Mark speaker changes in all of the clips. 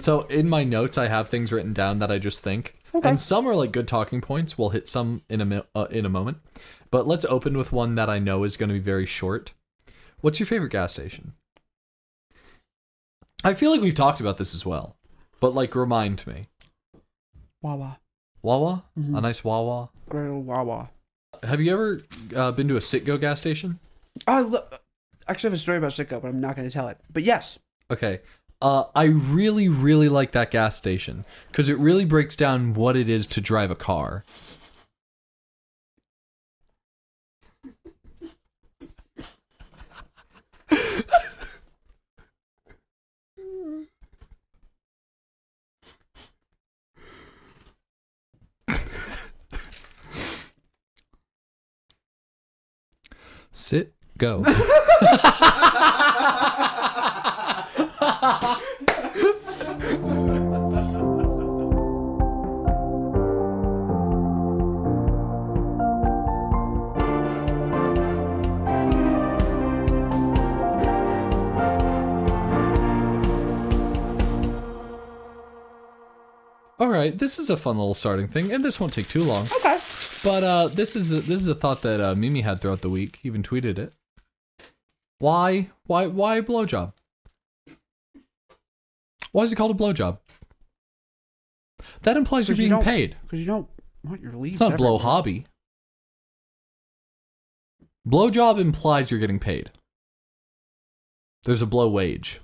Speaker 1: So in my notes, I have things written down that I just think, and some are like good talking points. We'll hit some in a mi- uh, in a moment, but let's open with one that I know is going to be very short. What's your favorite gas station? I feel like we've talked about this as well, but like remind me.
Speaker 2: Wawa.
Speaker 1: Wawa, a nice Wawa.
Speaker 2: Great old Wawa.
Speaker 1: Have you ever uh, been to a Sitgo gas station?
Speaker 2: I lo- I actually have a story about Sitco, but I'm not going to tell it. But yes,
Speaker 1: Okay. Uh, I really, really like that gas station because it really breaks down what it is to drive a car. Sit, go. All right, this is a fun little starting thing, and this won't take too long.
Speaker 2: okay.
Speaker 1: But uh, this is a, this is a thought that uh, Mimi had throughout the week. Even tweeted it. Why? Why? Why blowjob? Why is it called a blowjob? That implies you're
Speaker 2: Because
Speaker 1: being
Speaker 2: you don't-
Speaker 1: paid.
Speaker 2: Because you don't want your leaves.
Speaker 1: It's not blow
Speaker 2: everywhere.
Speaker 1: hobby. Blowjob implies you're getting paid. There's a blow wage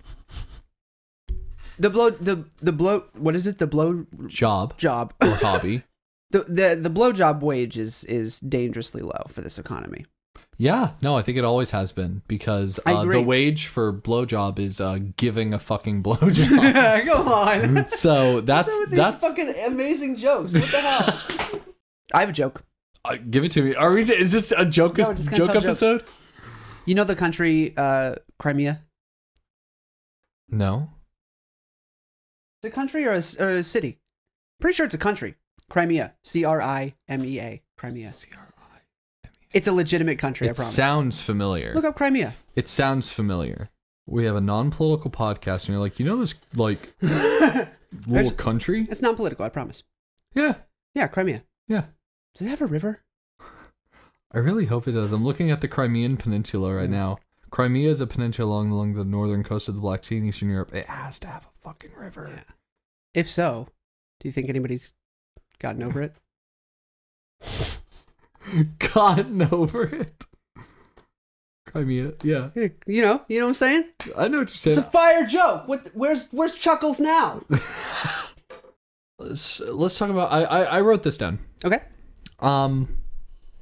Speaker 2: The blow. The the blow. What is it? The blow
Speaker 1: job
Speaker 2: job.
Speaker 1: or hobby.
Speaker 2: the the the blow job wage is is dangerously low for this economy.
Speaker 1: Yeah, no, I think it always has been because
Speaker 2: I
Speaker 1: uh,
Speaker 2: agree.
Speaker 1: the wage for blowjob is uh, giving a fucking blowjob.
Speaker 2: Come on.
Speaker 1: so that's that's.
Speaker 2: fucking amazing jokes. What the hell? I have a joke.
Speaker 1: uh, give it to me. Are we? Is this a joke?
Speaker 2: No, we're just gonna
Speaker 1: joke
Speaker 2: tell jokes.
Speaker 1: episode?
Speaker 2: You know the country uh, Crimea?
Speaker 1: No.
Speaker 2: It's a country or a, s- or a city? Pretty sure it's a country. Crimea. C R I M E A. Crimea. It's a legitimate country, I
Speaker 1: It
Speaker 2: promise.
Speaker 1: sounds familiar.
Speaker 2: Look up Crimea.
Speaker 1: It sounds familiar. We have a non-political podcast, and you're like, you know, this like little
Speaker 2: There's-
Speaker 1: country.
Speaker 2: It's non political, I promise.
Speaker 1: Yeah,
Speaker 2: Yeah, Crimea.
Speaker 1: yeah.
Speaker 2: Does it have a river?
Speaker 1: I really hope it does. I'm looking at the Crimean Peninsula right now. Crimea is a peninsula along, along the northern coast of the Black Sea in Eastern Europe. It has to have a fucking river.
Speaker 2: Yeah. If so, do you think anybody's gotten over it?
Speaker 1: gotten over it. Crimea, yeah.
Speaker 2: Yeah, You know, you know what I'm saying?
Speaker 1: I know what you're
Speaker 2: It's
Speaker 1: saying.
Speaker 2: a fire joke. What? Where's Where's Chuckles now?
Speaker 1: let's, let's talk about. I, I I wrote this down.
Speaker 2: Okay.
Speaker 1: Um,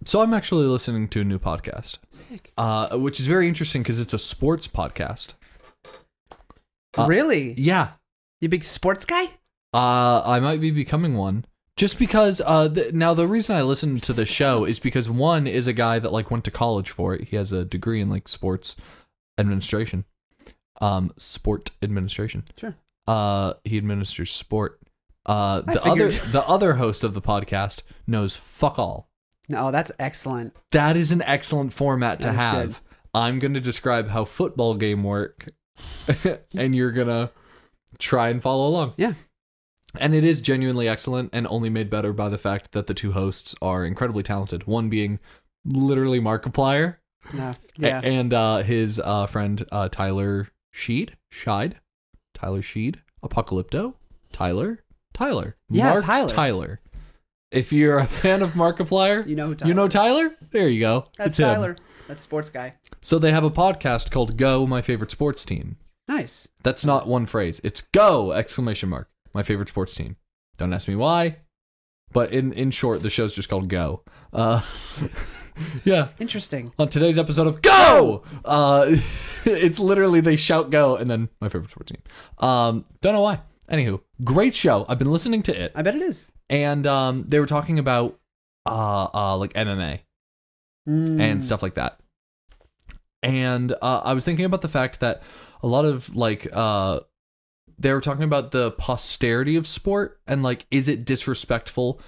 Speaker 1: so I'm actually listening to a new podcast,
Speaker 2: Sick.
Speaker 1: uh, which is very interesting because it's a sports podcast. Uh,
Speaker 2: Oh, really?
Speaker 1: Yeah,
Speaker 2: You big sports guy?
Speaker 1: Uh, I might be becoming one. Just because, uh, th- now the reason I listen to the show is because one is a guy that like went to college for it. He has a degree in like sports administration, um, sport administration.
Speaker 2: Sure.
Speaker 1: Uh, he administers sport. Uh,
Speaker 2: I
Speaker 1: the other
Speaker 2: figured.
Speaker 1: the other host of the podcast knows fuck all.
Speaker 2: No, that's excellent.
Speaker 1: That is an excellent format to
Speaker 2: That is
Speaker 1: have.
Speaker 2: good.
Speaker 1: I'm going to describe how football game work, and you're gonna try and follow along.
Speaker 2: Yeah.
Speaker 1: And it is genuinely excellent and only made better by the fact that the two hosts are incredibly talented. One being literally Markiplier
Speaker 2: No.
Speaker 1: a-
Speaker 2: Yeah.
Speaker 1: and uh, his uh, friend uh, Tyler Sheed. Shide. Tyler Sheed. Apocalypto. Tyler. Tyler.
Speaker 2: Yeah,
Speaker 1: Mark's
Speaker 2: Tyler.
Speaker 1: If you're a fan of Markiplier,
Speaker 2: You know who
Speaker 1: you know
Speaker 2: Tyler
Speaker 1: Tyler? There you go.
Speaker 2: That's
Speaker 1: It's him.
Speaker 2: Tyler. That's sports guy.
Speaker 1: So they have a podcast called Go My Favorite Sports Team.
Speaker 2: Nice.
Speaker 1: That's not one phrase. It's go exclamation mark. My favorite sports team. Don't ask me why, but in in short, the show's just called Go. Uh, yeah.
Speaker 2: Interesting.
Speaker 1: On today's episode of Go, uh, it's literally they shout Go and then my favorite sports team. Um, don't know why. Anywho, great show. I've been listening to it,
Speaker 2: I bet it is.
Speaker 1: and um, they were talking about uh, uh, like MMA
Speaker 2: Hmm. Mm.
Speaker 1: and stuff like that. And uh, I was thinking about the fact that a lot of like uh, they were talking about the posterity of sport and like is it disrespectful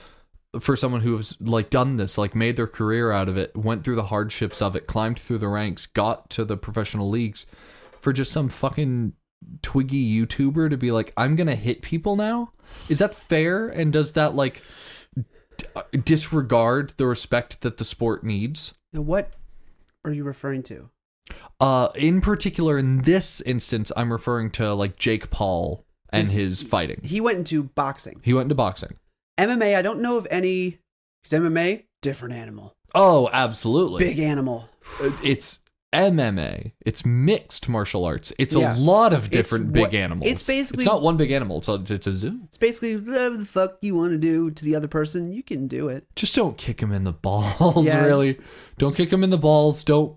Speaker 1: for someone who has like done this, like made their career out of it, went through the hardships of it, climbed through the ranks, got to the professional leagues for just some fucking twiggy YouTuber to be like, I'm gonna hit people now? Is that fair? And does that like d- disregard the respect that the sport needs?
Speaker 2: Now, what are you referring to?
Speaker 1: Uh, in particular, in this instance, I'm referring to like Jake Paul and
Speaker 2: Is-
Speaker 1: his fighting.
Speaker 2: He went into boxing,
Speaker 1: He went into boxing.
Speaker 2: MMA. I don't know of any. Because MMA, different animal,
Speaker 1: Oh, absolutely. Uh,
Speaker 2: big animal.
Speaker 1: It's MMA. It's mixed martial arts. It's
Speaker 2: Yeah.
Speaker 1: a lot of different
Speaker 2: what-
Speaker 1: big animals.
Speaker 2: it's basically-
Speaker 1: it's not one big animal. It's a, it's a zoo.
Speaker 2: It's basically whatever the fuck you want to do to the other person, you can do it.
Speaker 1: Just don't kick him in the balls.
Speaker 2: Yes.
Speaker 1: Really, don't kick him in the balls. Don't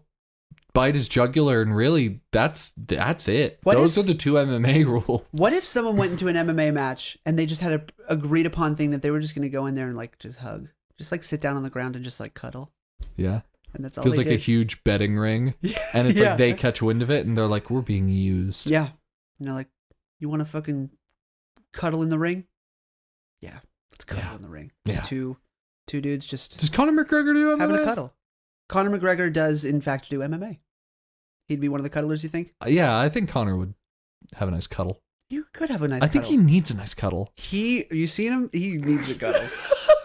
Speaker 1: bite his jugular. And really, that's that's it.
Speaker 2: What
Speaker 1: Those
Speaker 2: if-
Speaker 1: are the two MMA rules.
Speaker 2: What if someone went into an MMA match and they just had a agreed upon thing that they were just going to go in there and like just hug, just like sit down on the ground and just like cuddle,
Speaker 1: Yeah,
Speaker 2: and that's all.
Speaker 1: feels
Speaker 2: they
Speaker 1: like a
Speaker 2: did.
Speaker 1: huge betting ring. And it's
Speaker 2: Yeah.
Speaker 1: like they catch wind of it and they're like, we're being used.
Speaker 2: Yeah. And they're like, you want to fucking cuddle in the ring? Yeah. Let's cuddle
Speaker 1: Yeah.
Speaker 2: in the ring. Just
Speaker 1: Yeah.
Speaker 2: two, two dudes just
Speaker 1: Does Conor McGregor do MMA?
Speaker 2: having a cuddle. Conor McGregor does, in fact, do MMA. He'd be one of the cuddlers, you think?
Speaker 1: Yeah, I think Conor would have a nice cuddle.
Speaker 2: You could have a nice
Speaker 1: I think he
Speaker 2: cuddle.
Speaker 1: needs a nice cuddle.
Speaker 2: He, you seen him? He needs a cuddle.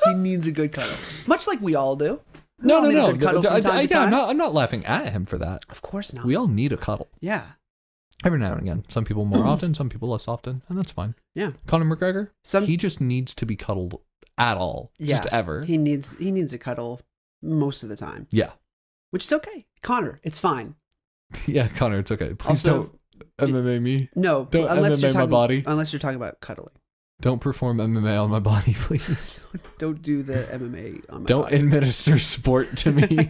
Speaker 2: he needs a good cuddle. Much like we all do. We
Speaker 1: No,
Speaker 2: all
Speaker 1: no,
Speaker 2: need a
Speaker 1: no.
Speaker 2: good cuddle
Speaker 1: no,
Speaker 2: from
Speaker 1: I-
Speaker 2: time
Speaker 1: I-
Speaker 2: to
Speaker 1: yeah,
Speaker 2: time.
Speaker 1: I'm, not, I'm not laughing at him for that.
Speaker 2: Of course not.
Speaker 1: We all need a cuddle.
Speaker 2: yeah.
Speaker 1: Every now and again. Some people more often, some people less often, and that's fine.
Speaker 2: Yeah.
Speaker 1: Conor McGregor,
Speaker 2: Some,
Speaker 1: he just needs to be cuddled at all. Just
Speaker 2: Yeah.
Speaker 1: ever.
Speaker 2: he needs, he needs a cuddle most of the time,
Speaker 1: yeah.
Speaker 2: which is okay. Connor, it's fine.
Speaker 1: Yeah, Conor, it's okay. Please
Speaker 2: Also-
Speaker 1: don't MMA me.
Speaker 2: No,
Speaker 1: Don't
Speaker 2: unless you're
Speaker 1: MMA my
Speaker 2: talking,
Speaker 1: body.
Speaker 2: Unless you're talking about cuddling.
Speaker 1: Don't perform MMA on my body, please.
Speaker 2: Don't do the MMA on my
Speaker 1: don't
Speaker 2: body.
Speaker 1: administer sport to me.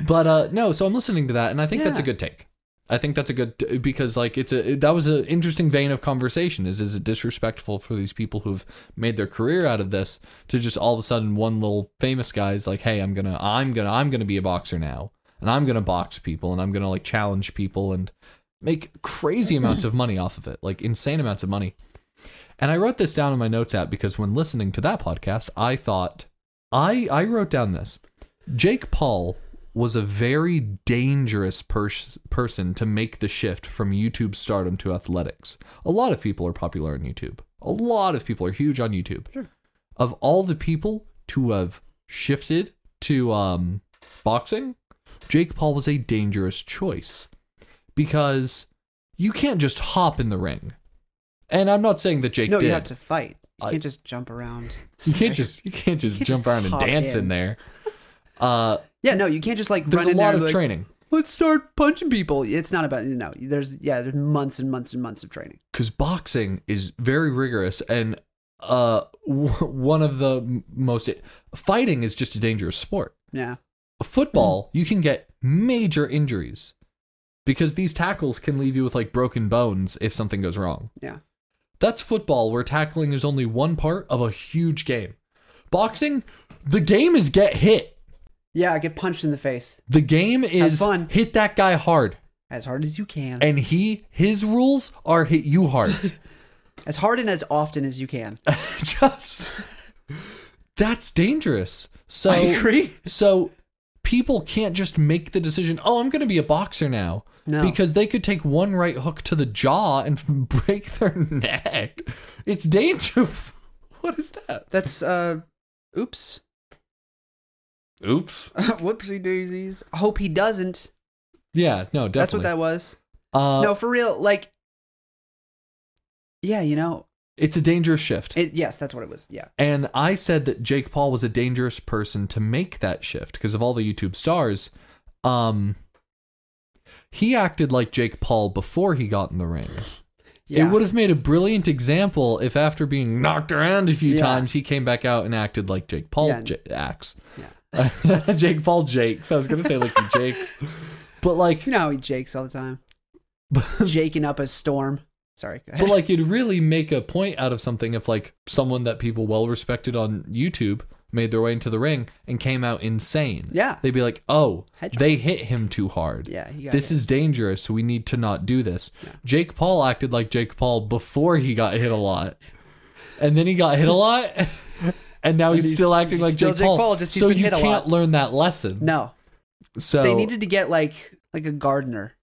Speaker 1: but uh no, so I'm listening to that and I think that's a
Speaker 2: Yeah.
Speaker 1: good take. I think that's a good because like it's a that was an interesting vein of conversation is is it disrespectful for these people who've made their career out of this to just all of a sudden one little famous guy is like, "Hey, I'm going to I'm going to I'm going to be a boxer now and I'm going to box people and I'm going to like challenge people and make crazy amounts of money off of it, like insane amounts of money." And I wrote this down in my notes app because when listening to that podcast, I thought I I wrote down this. Jake Paul was a very dangerous pers- person to make the shift from YouTube stardom to athletics. A lot of people are popular on YouTube. A lot of people are huge on YouTube.
Speaker 2: Sure.
Speaker 1: Of all the people to have shifted to um, boxing, Jake Paul was a dangerous choice because you can't just hop in the ring. And I'm not saying that Jake
Speaker 2: No,
Speaker 1: did.
Speaker 2: you have to fight. You
Speaker 1: I-
Speaker 2: can't just jump around.
Speaker 1: You can't just you can't just
Speaker 2: can't
Speaker 1: jump
Speaker 2: just
Speaker 1: around and
Speaker 2: hop
Speaker 1: dance in,
Speaker 2: in.
Speaker 1: there. Uh,
Speaker 2: Yeah, no, you can't just like
Speaker 1: there's
Speaker 2: run
Speaker 1: a
Speaker 2: in
Speaker 1: lot
Speaker 2: there and
Speaker 1: of
Speaker 2: be like,
Speaker 1: training
Speaker 2: Let's start punching people. It's not about you know. There's yeah, there's months and months and months of training.
Speaker 1: because boxing is very rigorous and uh w- one of the m- most fighting is just a dangerous sport.
Speaker 2: Yeah,
Speaker 1: Football, you can get major injuries because these tackles can leave you with like broken bones if something goes wrong.
Speaker 2: yeah.
Speaker 1: That's football where tackling is only one part of a huge game. Boxing, the game is get hit.
Speaker 2: Yeah, get punched in the face
Speaker 1: The game is
Speaker 2: fun.
Speaker 1: hit that guy hard.
Speaker 2: as hard as you can,
Speaker 1: and he his rules are hit you hard.
Speaker 2: as hard and as often as you can.
Speaker 1: Just that's dangerous. So
Speaker 2: I agree.
Speaker 1: so people can't just make the decision, "Oh, I'm going to be a boxer now."
Speaker 2: No.
Speaker 1: Because they could take one right hook to the jaw and break their neck. It's dangerous. What is that?
Speaker 2: That's uh, oops,
Speaker 1: Oops.
Speaker 2: whoopsie daisies. Hope he doesn't.
Speaker 1: Yeah, no, definitely.
Speaker 2: That's what that was.
Speaker 1: uh,
Speaker 2: no, for real. Like, yeah, you know,
Speaker 1: It's a dangerous shift.
Speaker 2: It, yes, that's what it was. Yeah.
Speaker 1: And I said that Jake Paul was a dangerous person to make that shift because of all the YouTube stars. Um, he acted like Jake Paul before he got in the ring.
Speaker 2: yeah.
Speaker 1: It would have made a brilliant example if, after being knocked around a few
Speaker 2: Yeah.
Speaker 1: times, he came back out and acted like Jake Paul
Speaker 2: Yeah.
Speaker 1: j- acts.
Speaker 2: Yeah.
Speaker 1: Jake Paul Jakes. I was going to say like he Jakes. But like,
Speaker 2: You know how he jakes all the time.
Speaker 1: but
Speaker 2: Jaking up a storm. Sorry. go ahead.
Speaker 1: but like you'd really make a point out of something if like someone that people well respected on YouTube made their way into the ring and came out insane.
Speaker 2: Yeah.
Speaker 1: They'd be like, "Oh,
Speaker 2: Hedgehog.
Speaker 1: they hit him too hard.
Speaker 2: yeah. He got
Speaker 1: this
Speaker 2: hit.
Speaker 1: is dangerous. We need to not do this."
Speaker 2: Yeah.
Speaker 1: Jake Paul acted like Jake Paul before he got hit a lot. And then he got hit a lot. And now
Speaker 2: And
Speaker 1: he's,
Speaker 2: he's-
Speaker 1: still acting
Speaker 2: he's
Speaker 1: like
Speaker 2: still
Speaker 1: Jake,
Speaker 2: Jake
Speaker 1: Paul.
Speaker 2: Paul, just he's
Speaker 1: so
Speaker 2: been
Speaker 1: you
Speaker 2: hit a
Speaker 1: can't
Speaker 2: lot.
Speaker 1: learn that lesson.
Speaker 2: No.
Speaker 1: So
Speaker 2: They needed to get like like a gardener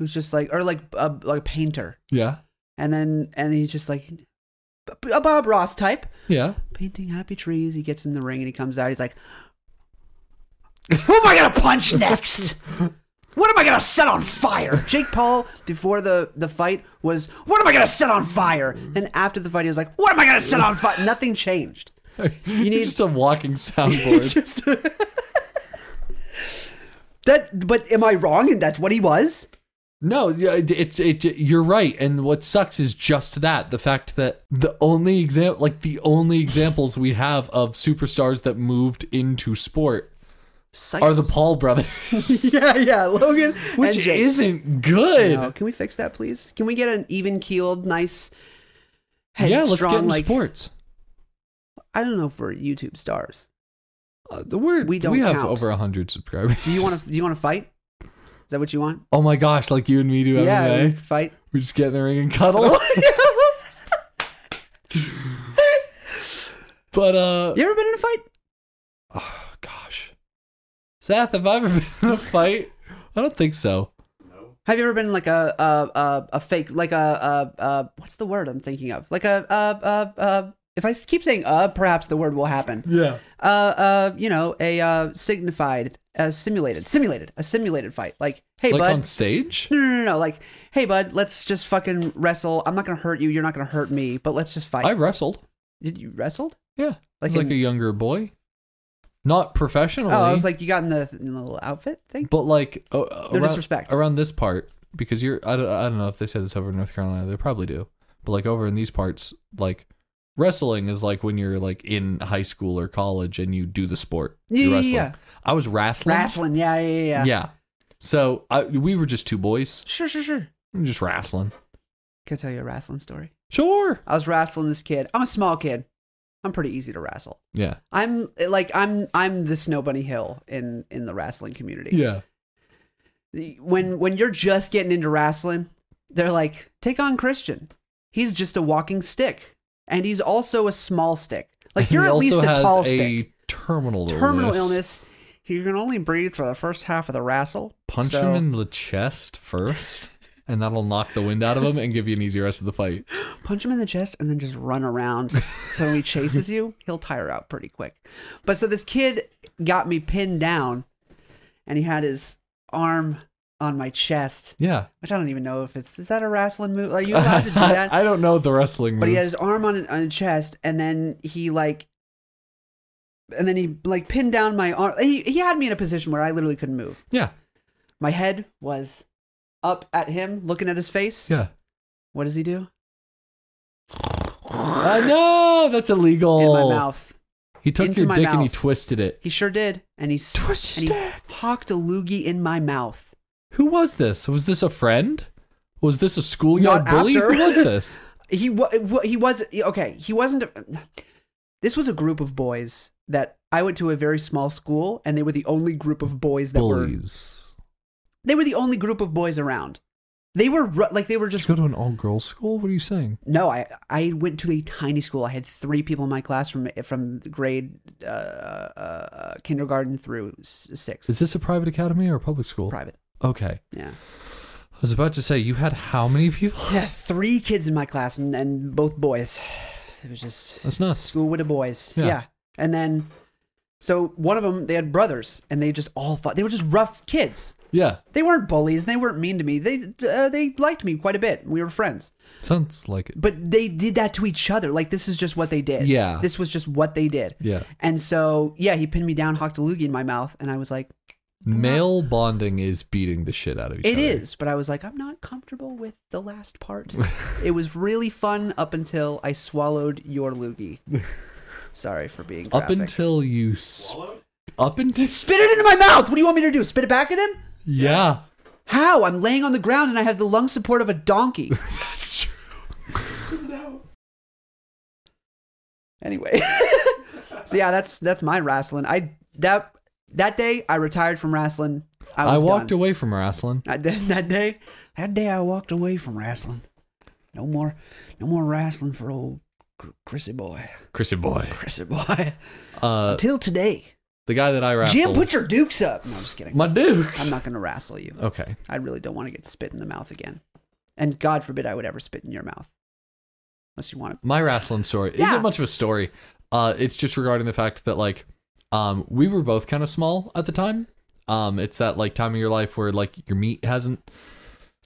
Speaker 2: who's just like, or like a like a painter,
Speaker 1: Yeah.
Speaker 2: and then and he's just like a Bob Ross type
Speaker 1: Yeah.
Speaker 2: painting happy trees. He gets in the ring and he comes out. He's like, "Who am I gonna punch next? What am I gonna set on fire?" Jake Paul before the the fight was, "What am I gonna set on fire?" Then after the fight, he was like, "What am I gonna set on fire?" Nothing changed.
Speaker 1: You
Speaker 2: need-
Speaker 1: just a walking soundboard.
Speaker 2: Just- that, but am I wrong? And that's what he was.
Speaker 1: No, yeah, it- it's it, You're right, and what sucks is just that the fact that the only example, like the only examples we have of superstars that moved into sport
Speaker 2: Psych-
Speaker 1: are the Paul brothers,
Speaker 2: yeah, yeah, Logan,
Speaker 1: which
Speaker 2: and Jake.
Speaker 1: isn't good.
Speaker 2: No, can we fix that, please? Can we get an even keeled, nice?
Speaker 1: yeah, let's
Speaker 2: headstrong,
Speaker 1: get into
Speaker 2: like,
Speaker 1: sports.
Speaker 2: I don't know if we're YouTube stars.
Speaker 1: Uh, the word
Speaker 2: we
Speaker 1: we
Speaker 2: don't
Speaker 1: don't we have
Speaker 2: count.
Speaker 1: over hundred subscribers.
Speaker 2: Do you want to? Do you want to fight? Is that what you want?
Speaker 1: Oh my gosh, like you and me do every day.
Speaker 2: we fight.
Speaker 1: We just get in the ring and cuddle. but uh,
Speaker 2: you ever been in a fight?
Speaker 1: oh, gosh, Seth, have I ever been in a fight? I don't think so.
Speaker 2: Have you ever been in, like a a a, a fake like a, a a what's the word I'm thinking of? Like a a a, a if I s- keep saying uh, perhaps the word will happen.
Speaker 1: Yeah.
Speaker 2: Uh uh, you know, a uh signified, a simulated, simulated, a simulated fight. Like, hey
Speaker 1: like
Speaker 2: bud,
Speaker 1: on stage?
Speaker 2: no, no, no, no. Like, hey bud, let's just fucking wrestle. I'm not gonna hurt you. You're not gonna hurt me. But let's just fight.
Speaker 1: I wrestled.
Speaker 2: Did you wrestled?
Speaker 1: Yeah. I
Speaker 2: Like
Speaker 1: was like
Speaker 2: in-
Speaker 1: a younger boy. Not professionally.
Speaker 2: Oh, I was like, you got in the, in the little outfit thing.
Speaker 1: but like uh, uh,
Speaker 2: No
Speaker 1: around,
Speaker 2: disrespect.
Speaker 1: around this part because you're I don't, I don't know if they say this over in North Carolina, they probably do. But like over in these parts like wrestling is like when you're like in high school or college and you do the sport.
Speaker 2: Yeah,
Speaker 1: you
Speaker 2: yeah,
Speaker 1: wrestling.
Speaker 2: yeah.
Speaker 1: I was wrestling.
Speaker 2: Wrestling. Yeah, yeah, yeah, yeah.
Speaker 1: Yeah. So I, we were just two boys
Speaker 2: Sure, sure, sure.
Speaker 1: just wrestling.
Speaker 2: Can I tell you a wrestling story?
Speaker 1: Sure.
Speaker 2: I was wrestling this kid. I'm a small kid. I'm pretty easy to wrestle.
Speaker 1: Yeah.
Speaker 2: I'm like I'm I'm the Snow Bunny Hill in in the wrestling community.
Speaker 1: Yeah.
Speaker 2: The- When when you're just getting into wrestling, they're like, take on Christian. He's just a walking stick, and he's also a small stick. Like you're
Speaker 1: he
Speaker 2: at
Speaker 1: also
Speaker 2: least a
Speaker 1: has
Speaker 2: tall
Speaker 1: a
Speaker 2: stick.
Speaker 1: terminal
Speaker 2: Terminal illness. You can only breathe for the first half of the wrestle.
Speaker 1: Punch
Speaker 2: So-
Speaker 1: him in the chest first, and that'll knock the wind out of him and give you an easy rest of the fight.
Speaker 2: punch him in the chest and then just run around so when he chases you he'll tire out pretty quick but so this kid got me pinned down and he had his arm on my chest
Speaker 1: Yeah.
Speaker 2: which i don't even know if it's is that a wrestling move are you allowed to do that
Speaker 1: I don't know the wrestling moves.
Speaker 2: but he had his arm on on his chest and then he like and then he like pinned down my arm he, he had me in a position where i literally couldn't move
Speaker 1: yeah.
Speaker 2: my head was up at him looking at his face
Speaker 1: Yeah.
Speaker 2: what does he do
Speaker 1: Uh, no, that's illegal.
Speaker 2: in my mouth
Speaker 1: He took
Speaker 2: Into
Speaker 1: your
Speaker 2: my
Speaker 1: dick and he
Speaker 2: mouth.
Speaker 1: twisted it.
Speaker 2: He sure did, and he s-
Speaker 1: Twist
Speaker 2: and
Speaker 1: your
Speaker 2: he
Speaker 1: stick.
Speaker 2: hawked a loogie in my mouth.
Speaker 1: Who was this? Was this a friend? Was this a schoolyard
Speaker 2: Not
Speaker 1: bully?
Speaker 2: after.
Speaker 1: Who was this?
Speaker 2: He wa- wa- he was okay. He wasn't. This was a group of boys that I went to a very small school, and they were the only group of boys that were.
Speaker 1: Bullies.
Speaker 2: They were the only group of boys around. They were ru- like they were
Speaker 1: Just
Speaker 2: just.
Speaker 1: go to an all-girls school? What are you saying?
Speaker 2: No, I I went to a tiny school. I had three people in my class from from grade uh, uh, kindergarten through s- sixth.
Speaker 1: Is this a private academy or a public school?
Speaker 2: Private,
Speaker 1: Okay.
Speaker 2: yeah.
Speaker 1: I was about to say, you had how many people?
Speaker 2: Yeah, three kids in my class, and, and both boys. It was just
Speaker 1: That's nuts.
Speaker 2: school with the boys. Yeah.
Speaker 1: Yeah.
Speaker 2: And then, so one of them, they had brothers, and they just all fought. They were just rough kids.
Speaker 1: Yeah.
Speaker 2: They weren't bullies. They weren't mean to me. They uh, they liked me quite a bit. We were friends.
Speaker 1: Sounds like it.
Speaker 2: But they did that to each other. Like this is just what they did.
Speaker 1: Yeah.
Speaker 2: This was just what they did.
Speaker 1: Yeah.
Speaker 2: And so yeah, he pinned me down, hocked a loogie in my mouth, and I was like,
Speaker 1: Male bonding is beating the shit out of each
Speaker 2: It
Speaker 1: other.
Speaker 2: is, but I was like, I'm not comfortable with the last part. it was really fun up until I swallowed your loogie. Sorry for being
Speaker 1: Up
Speaker 2: graphic.
Speaker 1: until you s up until
Speaker 2: spit it into my mouth. What do you want me to do? Spit it back at him?
Speaker 1: yeah.
Speaker 2: How? I'm laying on the ground and I have the lung support of a donkey.
Speaker 1: That's true.
Speaker 2: anyway, so yeah, that's that's my wrestling. I that that day I retired from wrestling. I,
Speaker 1: I,
Speaker 2: was
Speaker 1: walked
Speaker 2: done.
Speaker 1: away from wrestling.
Speaker 2: I did that day. That day I walked away from wrestling. No more, no more wrestling for old Cr- Chrissy boy.
Speaker 1: Chrissy boy.
Speaker 2: Chrissy boy.
Speaker 1: Uh,
Speaker 2: Till today.
Speaker 1: the guy that I wrestled.
Speaker 2: Jim, put your dukes up. No, I'm just kidding.
Speaker 1: my dukes.
Speaker 2: I'm not going to wrestle you.
Speaker 1: okay.
Speaker 2: I really don't want to get spit in the mouth again. And God forbid I would ever spit in your mouth. Unless you want to.
Speaker 1: my wrestling story
Speaker 2: Yeah.
Speaker 1: isn't much of a story. Uh, it's just regarding the fact that like, um, we were both kind of small at the time. Um, it's that like time of your life where like your meat hasn't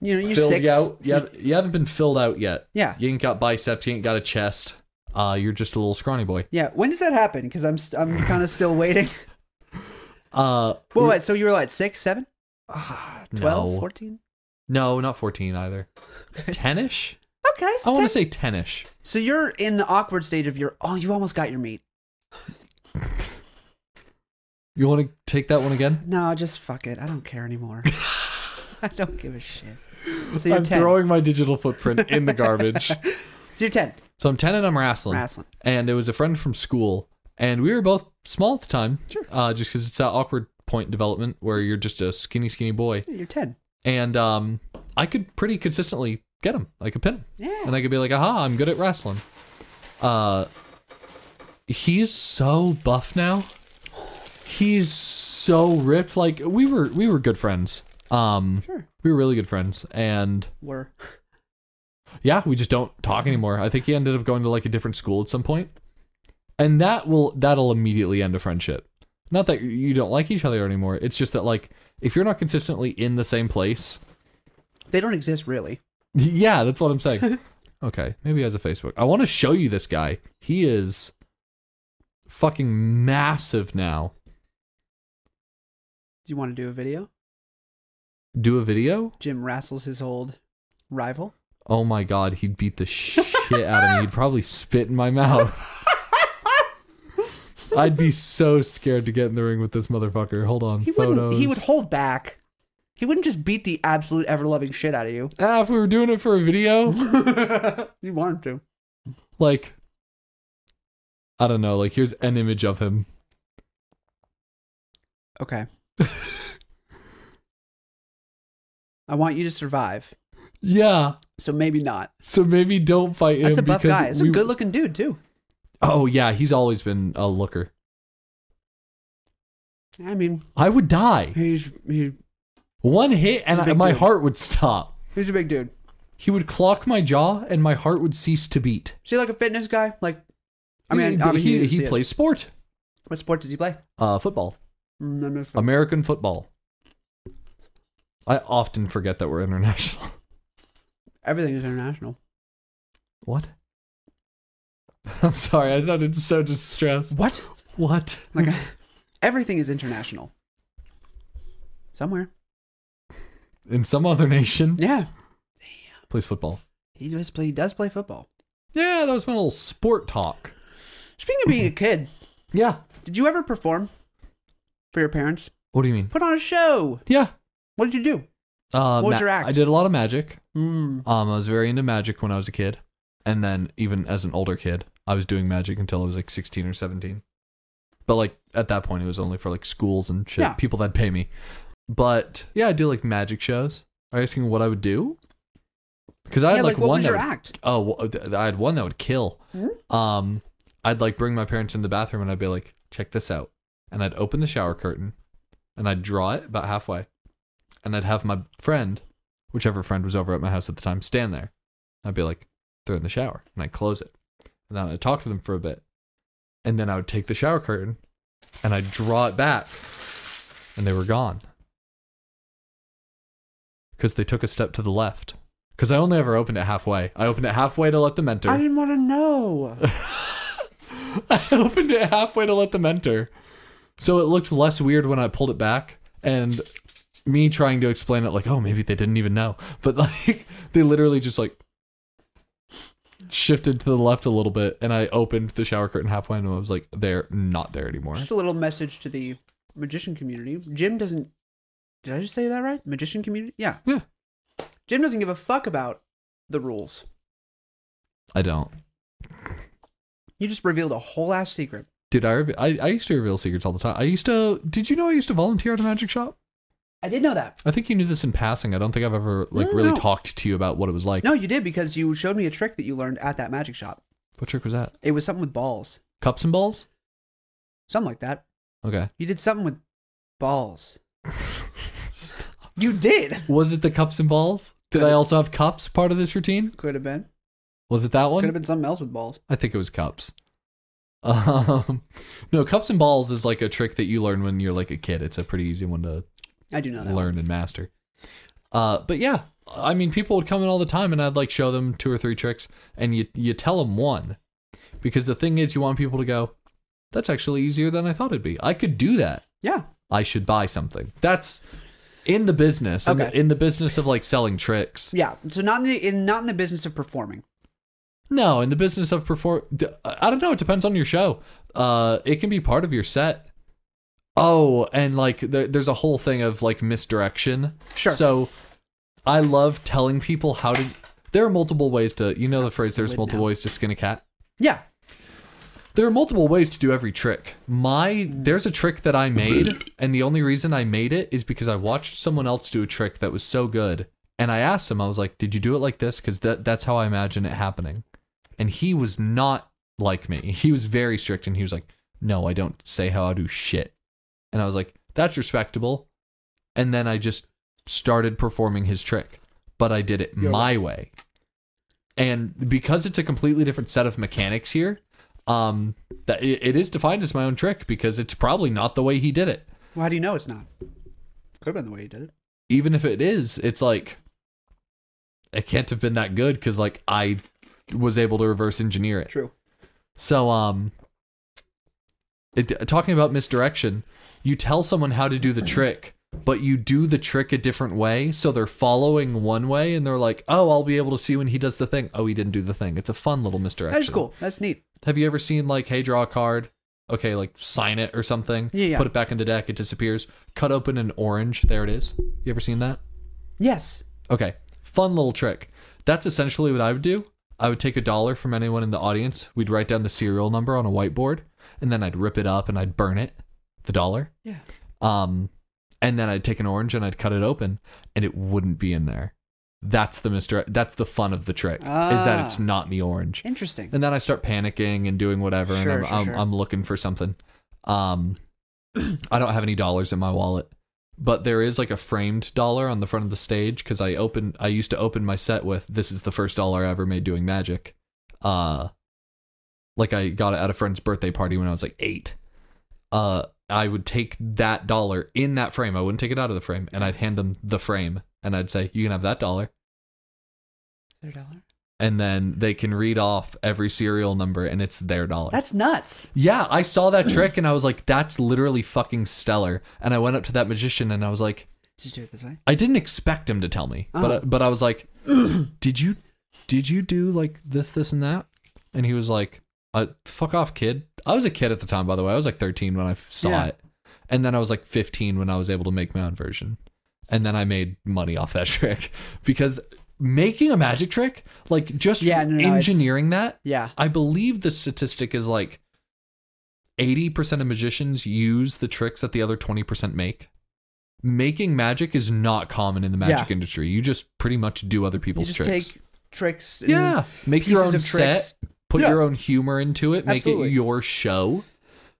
Speaker 2: You know, you're
Speaker 1: filled
Speaker 2: six.
Speaker 1: you out. You, haven't, you haven't been filled out yet.
Speaker 2: Yeah.
Speaker 1: You ain't got biceps. You ain't got a chest. Uh, you're just a little scrawny boy.
Speaker 2: Yeah. When does that happen? Because I'm, st- I'm kind of still waiting.
Speaker 1: Uh,
Speaker 2: Well, wait, so you were like six, seven, twelve,
Speaker 1: Ah, no,
Speaker 2: fourteen?
Speaker 1: no, not fourteen either. Tenish.
Speaker 2: Okay.
Speaker 1: I want
Speaker 2: ten.
Speaker 1: to say tenish.
Speaker 2: So you're in the awkward stage of your, oh, you almost got your meat.
Speaker 1: You want to take that one again?
Speaker 2: No, just fuck it. I don't care anymore. I don't give a shit. So you're
Speaker 1: I'm
Speaker 2: 10.
Speaker 1: throwing my digital footprint in the garbage.
Speaker 2: So you're 10.
Speaker 1: so I'm ten and I'm wrestling.
Speaker 2: Wrestling.
Speaker 1: and it was a friend from school, and we were both small at the time,
Speaker 2: Sure.
Speaker 1: uh, just because it's that awkward point in development where you're just a skinny, skinny boy.
Speaker 2: Yeah, You're 10.
Speaker 1: And um, I could pretty consistently get him. I could pin him,
Speaker 2: Yeah.
Speaker 1: and I could be like, "Aha, I'm good at wrestling." Uh, he's so buff now. He's so ripped. Like we were, we were good friends. Um,
Speaker 2: Sure.
Speaker 1: we were really good friends, and
Speaker 2: Were.
Speaker 1: yeah, we just don't talk anymore. I think he ended up going to like a different school at some point. And that will that'll immediately end a friendship. Not that you don't like each other anymore. It's just that like if you're not consistently in the same place,
Speaker 2: They don't exist really.
Speaker 1: yeah, that's what I'm saying. okay, maybe he has a Facebook. I want to show you this guy. He is fucking massive now.
Speaker 2: Do you want to do a video?
Speaker 1: Do a video?
Speaker 2: Jim wrestles his old rival.
Speaker 1: Oh my god, he'd beat the shit out of me. He'd probably spit in my mouth. I'd be so scared to get in the ring with this motherfucker. Hold on,
Speaker 2: He
Speaker 1: photos.
Speaker 2: wouldn't. He would hold back. He wouldn't just beat the absolute ever loving shit out of you.
Speaker 1: ah, if we were doing it for a video,
Speaker 2: You want him
Speaker 1: like, I don't know. Like, here's an image of him.
Speaker 2: to. Okay. I want you to survive.
Speaker 1: Yeah.
Speaker 2: So maybe not.
Speaker 1: So maybe don't fight him
Speaker 2: That's a buff
Speaker 1: because
Speaker 2: guy. It's
Speaker 1: we-
Speaker 2: a good looking dude too.
Speaker 1: Oh yeah, he's always been a looker.
Speaker 2: I mean,
Speaker 1: I would die.
Speaker 2: he's he's
Speaker 1: One hit and
Speaker 2: He's a
Speaker 1: I-
Speaker 2: big
Speaker 1: my
Speaker 2: dude.
Speaker 1: heart would stop.
Speaker 2: he's a big dude.
Speaker 1: He would clock my jaw and my heart would cease to beat.
Speaker 2: Is he like a fitness guy? Like, I mean,
Speaker 1: he,
Speaker 2: obviously you
Speaker 1: he,
Speaker 2: didn't
Speaker 1: he
Speaker 2: see it.
Speaker 1: plays sport,
Speaker 2: What sport does he play?
Speaker 1: uh, football,
Speaker 2: Mm, I missed that.
Speaker 1: American football. I often forget that we're international.
Speaker 2: Everything is international.
Speaker 1: What? I'm sorry, I sounded so distressed.
Speaker 2: What?
Speaker 1: What?
Speaker 2: Like, I- everything is international. Somewhere.
Speaker 1: In some other nation
Speaker 2: Yeah.
Speaker 1: plays football.
Speaker 2: He does play. He does play football.
Speaker 1: Yeah, that was my little sport talk.
Speaker 2: Speaking of being a kid,
Speaker 1: Yeah.
Speaker 2: did you ever perform for your parents?
Speaker 1: What do you mean?
Speaker 2: Put on a show.
Speaker 1: Yeah.
Speaker 2: What did you do?
Speaker 1: Uh,
Speaker 2: What was your act?
Speaker 1: I did a lot of magic.
Speaker 2: Hmm.
Speaker 1: Um, I was very into magic when I was a kid, and then even as an older kid, I was doing magic until I was like sixteen or seventeen. But like at that point, it was only for like schools and shit,
Speaker 2: Yeah.
Speaker 1: people that pay me. But yeah, I do like magic shows. Are you asking what I would do? Because I
Speaker 2: Yeah,
Speaker 1: had
Speaker 2: like,
Speaker 1: like,
Speaker 2: what
Speaker 1: one
Speaker 2: was
Speaker 1: that
Speaker 2: your
Speaker 1: would-
Speaker 2: act?
Speaker 1: oh, well, th- I had one that would kill. Um, I'd like bring my parents in the bathroom and I'd be like, check this out, and I'd open the shower curtain, and I'd draw it about halfway, and I'd have my friend, whichever friend was over at my house at the time, stand there. I'd be like, they're in the shower, and I'd close it, and then I'd talk to them for a bit, and then I would take the shower curtain, and I'd draw it back, and they were gone. Because they took a step to the left. Because I only ever opened it halfway. I opened it halfway to let them enter.
Speaker 2: I didn't want to know.
Speaker 1: I opened it halfway to let them enter. So it looked less weird when I pulled it back and me trying to explain it like, oh, maybe they didn't even know. But like they literally just like shifted to the left a little bit and I opened the shower curtain halfway and I was like, they're not there anymore.
Speaker 2: Just a little message to the magician community. Jim doesn't. Did I just say that right? Magician community? Yeah.
Speaker 1: Yeah.
Speaker 2: Jim doesn't give a fuck about the rules.
Speaker 1: I don't.
Speaker 2: You just revealed a whole ass secret.
Speaker 1: Dude, I, rev- I I used to reveal secrets all the time. I used to did you know I used to volunteer at a magic shop?
Speaker 2: I did know that.
Speaker 1: I think you knew this in passing. I don't think I've ever like
Speaker 2: No,
Speaker 1: really
Speaker 2: no.
Speaker 1: talked to you about what it was like.
Speaker 2: No, you did because you showed me a trick that you learned at that magic shop.
Speaker 1: What trick was that?
Speaker 2: It was something with balls,
Speaker 1: Cups and balls?
Speaker 2: something like that.
Speaker 1: Okay.
Speaker 2: You did something with balls. You did.
Speaker 1: Was it the cups and balls? Did I also have cups part of this routine?
Speaker 2: Could have been.
Speaker 1: Was it that
Speaker 2: Could
Speaker 1: one?
Speaker 2: have been something else with balls.
Speaker 1: I think it was cups. Um, no, cups and balls is like a trick that you learn when you're like a kid. It's a pretty easy one to
Speaker 2: I do not know.
Speaker 1: learn and master. Uh, but yeah, I mean, people would come in all the time, and I'd like show them two or three tricks, and you you tell them one, because the thing is, you want people to go, "That's actually easier than I thought it'd be. I could do that.
Speaker 2: Yeah.
Speaker 1: I should buy something." That's in the business, in, the,
Speaker 2: Okay.
Speaker 1: in the business of like selling tricks.
Speaker 2: Yeah. So not in the in not in the business of performing.
Speaker 1: No, in the business of perform, d- I don't know. It depends on your show. Uh, it can be part of your set. Oh, and like there, there's a whole thing of like misdirection.
Speaker 2: Sure.
Speaker 1: So, I love telling people how to. There are multiple ways to. You know the phrase. There's
Speaker 2: Slid
Speaker 1: multiple
Speaker 2: now.
Speaker 1: ways to skin a cat.
Speaker 2: Yeah.
Speaker 1: There are multiple ways to do every trick. My there's a trick that I made, and the only reason I made it is because I watched someone else do a trick that was so good, and I asked him. I was like, "Did you do it like this?" Because that that's how I imagine it happening. And he was not like me. He was very strict, and he was like, "No, I don't say how I do shit." And I was like, "That's respectable." And then I just started performing his trick, but I did it
Speaker 2: You're
Speaker 1: my way. And because it's a completely different set of mechanics here, um that it, it is defined as my own trick because it's probably not the way he did it
Speaker 2: Well, how do you know it's not? Could have been the way you did it.
Speaker 1: even if it is it's like it can't have been that good because like i was able to reverse engineer it
Speaker 2: True.
Speaker 1: so um it, talking about misdirection you tell someone how to do the trick but you do the trick a different way so they're following one way and they're like oh i'll be able to see when he does the thing oh he didn't do the thing it's a fun little misdirection
Speaker 2: That's cool. That's neat.
Speaker 1: Have you ever seen like, hey, draw a card? Okay, like sign it or something.
Speaker 2: Yeah, yeah.
Speaker 1: Put it back in the deck. It disappears. Cut open an orange. There it is. You ever seen that?
Speaker 2: Yes.
Speaker 1: Okay, fun little trick. That's essentially what I would do. I would take a dollar from anyone in the audience. We'd write down the serial number on a whiteboard, and then I'd rip it up and I'd burn it, the dollar.
Speaker 2: Yeah.
Speaker 1: Um, and then I'd take an orange and I'd cut it open, and it wouldn't be in there. That's the misdirect. That's the fun of the trick is that
Speaker 2: Ah.
Speaker 1: it's not in the orange
Speaker 2: Interesting.
Speaker 1: and then I start panicking and doing whatever,
Speaker 2: Sure,
Speaker 1: and I'm,
Speaker 2: sure,
Speaker 1: I'm,
Speaker 2: sure.
Speaker 1: I'm looking for something. Um, I don't have any dollars in my wallet, but there is like a framed dollar on the front of the stage because I open I used to open my set with "This is the first dollar I ever made doing magic." Uh, like I got it at a friend's birthday party when I was like eight. Uh, I would take that dollar in that frame. I wouldn't take it out of the frame, and I'd hand them the frame, and I'd say, "You can have that dollar."
Speaker 2: Their dollar?
Speaker 1: And then they can read off every serial number, and it's their dollar.
Speaker 2: That's nuts.
Speaker 1: Yeah, I saw that trick and I was like, that's literally fucking stellar. And I went up to that magician and I was like,
Speaker 2: Did you do it this way?
Speaker 1: I didn't expect him to tell me, but uh,
Speaker 2: Oh.
Speaker 1: but I was like, did you did you do like this this and that? And he was like, uh, fuck off, kid. I was a kid at the time, by the way. I was like 13 when I f- saw
Speaker 2: Yeah.
Speaker 1: it, and then I was like 15 when I was able to make my own version, and then I made money off that trick because making a magic trick, like just
Speaker 2: Yeah, no, no, it's-
Speaker 1: engineering that,
Speaker 2: Yeah.
Speaker 1: I believe the statistic is like 80% of magicians use the tricks that the other 20% make. Making magic is not common in the magic
Speaker 2: Yeah.
Speaker 1: industry. You just pretty much do other
Speaker 2: You
Speaker 1: people's
Speaker 2: just
Speaker 1: tricks.
Speaker 2: take tricks. and-
Speaker 1: yeah. Make your
Speaker 2: pieces
Speaker 1: own
Speaker 2: of
Speaker 1: set,
Speaker 2: tricks.
Speaker 1: put
Speaker 2: Yeah.
Speaker 1: your own humor into it, make
Speaker 2: Absolutely.
Speaker 1: it your show.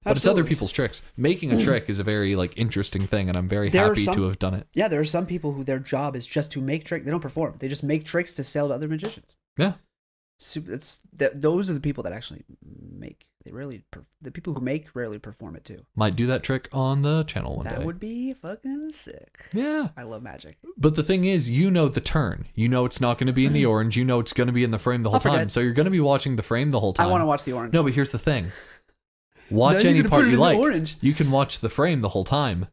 Speaker 1: But it's other
Speaker 2: Absolutely.
Speaker 1: people's tricks. Making a trick is a very like interesting thing and I'm very
Speaker 2: There are
Speaker 1: happy
Speaker 2: some-
Speaker 1: to have done it.
Speaker 2: Yeah, there are some people who their job is just to make tricks. They don't perform. They just make tricks to sell to other magicians.
Speaker 1: Yeah.
Speaker 2: Super, that's that, those are the people that actually make. They rarely per, the people who make rarely perform it too.
Speaker 1: Might do that trick on the channel one
Speaker 2: that
Speaker 1: day.
Speaker 2: would be fucking sick.
Speaker 1: yeah.
Speaker 2: I love magic.
Speaker 1: But the thing is, you know the turn. You know it's not going to be in the orange. You know it's going to be in the frame the whole
Speaker 2: I'll Mm-hmm. Oh, forget.
Speaker 1: time. So you're going to be watching the frame the whole time.
Speaker 2: I want to watch the orange.
Speaker 1: No, but here's the thing. Watch
Speaker 2: you're
Speaker 1: any
Speaker 2: gonna
Speaker 1: part
Speaker 2: put it
Speaker 1: you
Speaker 2: in the
Speaker 1: like.
Speaker 2: orange.
Speaker 1: You can watch the frame the whole time.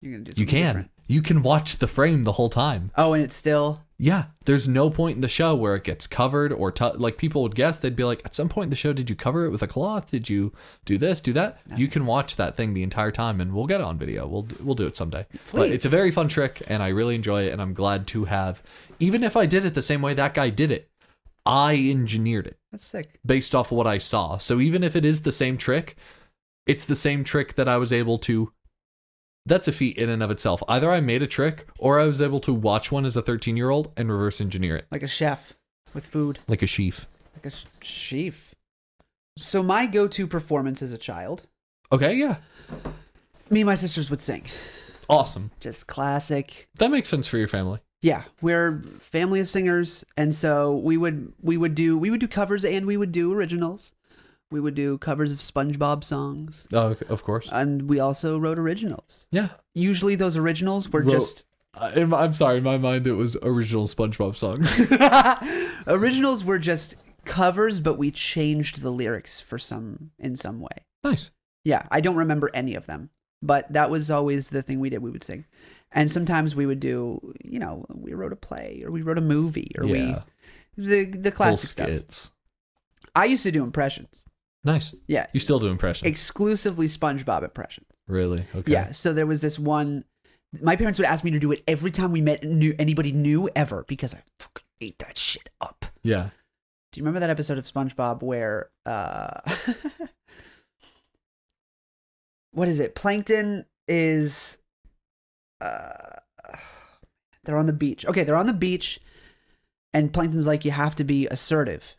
Speaker 2: You're gonna do
Speaker 1: You
Speaker 2: something
Speaker 1: can.
Speaker 2: different.
Speaker 1: You can watch the frame the whole time.
Speaker 2: Oh, and it's still
Speaker 1: Yeah, there's no point in the show where it gets covered or tou like people would guess. They'd be like, at some point in the show, did you cover it with a cloth? Did you do this, do that? You can watch that thing the entire time, and we'll get it on video. We'll we'll do it someday. But
Speaker 2: Please.
Speaker 1: it's a very fun trick, and I really enjoy it, and I'm glad to have. Even if I did it the same way that guy did it, I engineered it
Speaker 2: that's sick.
Speaker 1: based off of what I saw. So even if it is the same trick, it's the same trick that I was able to. That's a feat in and of itself. Either I made a trick or I was able to watch one as a 13 year old and reverse engineer it
Speaker 2: Like a chef with food,
Speaker 1: like a sheaf.
Speaker 2: like a sh- chief. So my go-to performance as a child
Speaker 1: Okay, yeah.
Speaker 2: me and my sisters would sing.
Speaker 1: Awesome.
Speaker 2: Just classic.
Speaker 1: That makes sense for your family.
Speaker 2: Yeah, we're family of singers, and so we would we would do we would do covers and we would do originals. We would do covers of SpongeBob songs,
Speaker 1: Oh, okay, of course.
Speaker 2: and we also wrote originals.
Speaker 1: Yeah.
Speaker 2: Usually, those originals were
Speaker 1: Wrote-
Speaker 2: just
Speaker 1: I- in my- I'm sorry. In my mind, it was original SpongeBob songs.
Speaker 2: originals were just covers, but we changed the lyrics for some in some way.
Speaker 1: nice.
Speaker 2: Yeah, I don't remember any of them, but that was always the thing we did. We would sing, and sometimes we would do, you know, we wrote a play or we wrote a movie or
Speaker 1: yeah.
Speaker 2: we the the
Speaker 1: Full
Speaker 2: classic stuff.
Speaker 1: skits.
Speaker 2: I used to do impressions.
Speaker 1: Nice.
Speaker 2: Yeah,
Speaker 1: You still do impressions.
Speaker 2: exclusively SpongeBob impressions.
Speaker 1: really? Okay.
Speaker 2: Yeah, so there was this one. My parents would ask me to do it every time we met new, anybody new ever because I fucking ate that shit up.
Speaker 1: Yeah.
Speaker 2: Do you remember that episode of SpongeBob where uh what is it? Plankton is uh they're on the beach. Okay, they're on the beach and Plankton's like you have to be assertive.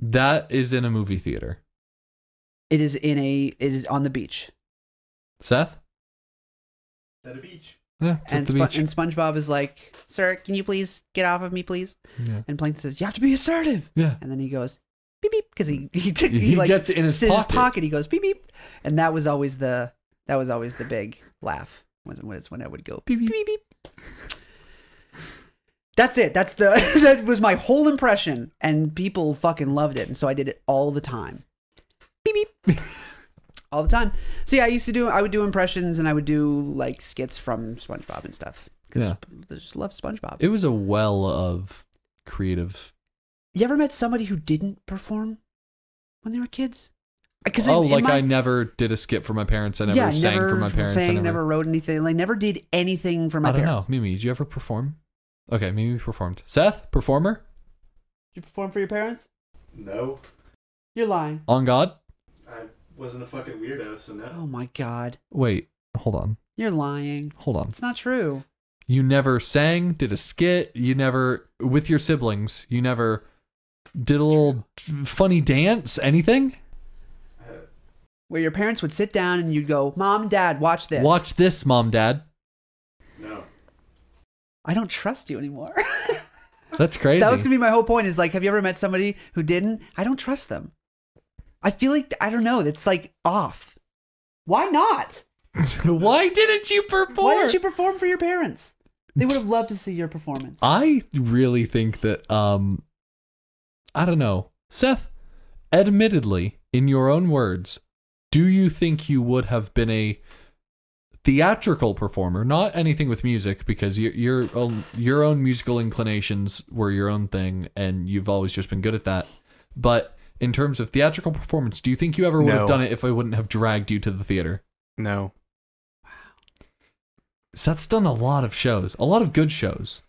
Speaker 1: That is in a movie theater.
Speaker 2: It is in a it is on the beach.
Speaker 1: Seth?
Speaker 3: At a beach.
Speaker 1: Yeah. It's
Speaker 2: and
Speaker 1: at the
Speaker 2: Spon-
Speaker 1: beach.
Speaker 2: and SpongeBob is like, "Sir, can you please get off of me, please?"
Speaker 1: yeah.
Speaker 2: And Plankton says, "You have to be assertive."
Speaker 1: Yeah.
Speaker 2: And then he goes, "Beep beep" because he he, he,
Speaker 1: He,
Speaker 2: like
Speaker 1: gets it in his
Speaker 2: It's in
Speaker 1: pocket.
Speaker 2: his pocket. He goes beep beep, and that was always the that was always the big laugh was was when I would go beep beep beep. beep. That's it. That's the that was my whole impression, and people fucking loved it, and so I did it all the time. Beep beep. All the time. So yeah, I used to do. I would do impressions, and I would do like skits from SpongeBob and stuff because
Speaker 1: Yeah.
Speaker 2: I just love SpongeBob.
Speaker 1: It was a well of creative.
Speaker 2: you ever met somebody who didn't perform when they were kids? Because
Speaker 1: Oh, like I never did a skip for my parents. I never
Speaker 2: yeah,
Speaker 1: sang
Speaker 2: never
Speaker 1: for my parents.
Speaker 2: Sang,
Speaker 1: I never,
Speaker 2: wrote anything. Like never did anything for my
Speaker 1: I don't
Speaker 2: parents.
Speaker 1: know. Mimi, did you ever perform? Okay, Mimi performed. Seth, performer?
Speaker 2: Did you perform for your parents?
Speaker 3: No,
Speaker 2: You're lying.
Speaker 1: On God?
Speaker 3: I wasn't a fucking weirdo, so no.
Speaker 2: Oh my god,
Speaker 1: Wait, hold on.
Speaker 2: you're lying.
Speaker 1: Hold on.
Speaker 2: It's not true.
Speaker 1: You never sang, did a skit, you never, with your siblings, you never did a little funny dance, anything?
Speaker 2: Where your parents would sit down and you'd go, "Mom, Dad, watch this."
Speaker 1: Watch this, mom, dad.
Speaker 3: No.
Speaker 2: I don't trust you anymore.
Speaker 1: That's crazy.
Speaker 2: that was gonna be my whole point. Is like, have you ever met somebody who didn't? I don't trust them. I feel like I don't know. That's like off. Why not?
Speaker 1: Why didn't you perform?
Speaker 2: Why didn't you perform for your parents? They would have loved to see your performance.
Speaker 1: I really think that um I don't know. Seth, admittedly, in your own words, do you think you would have been a theatrical performer, not anything with music because your your own, your own musical inclinations were your own thing and you've always just been good at that. But in terms of theatrical performance, do you think you ever would have
Speaker 3: No.
Speaker 1: done it if I wouldn't have dragged you to the theater?
Speaker 3: No.
Speaker 1: Seth's done a lot of shows, a lot of good shows.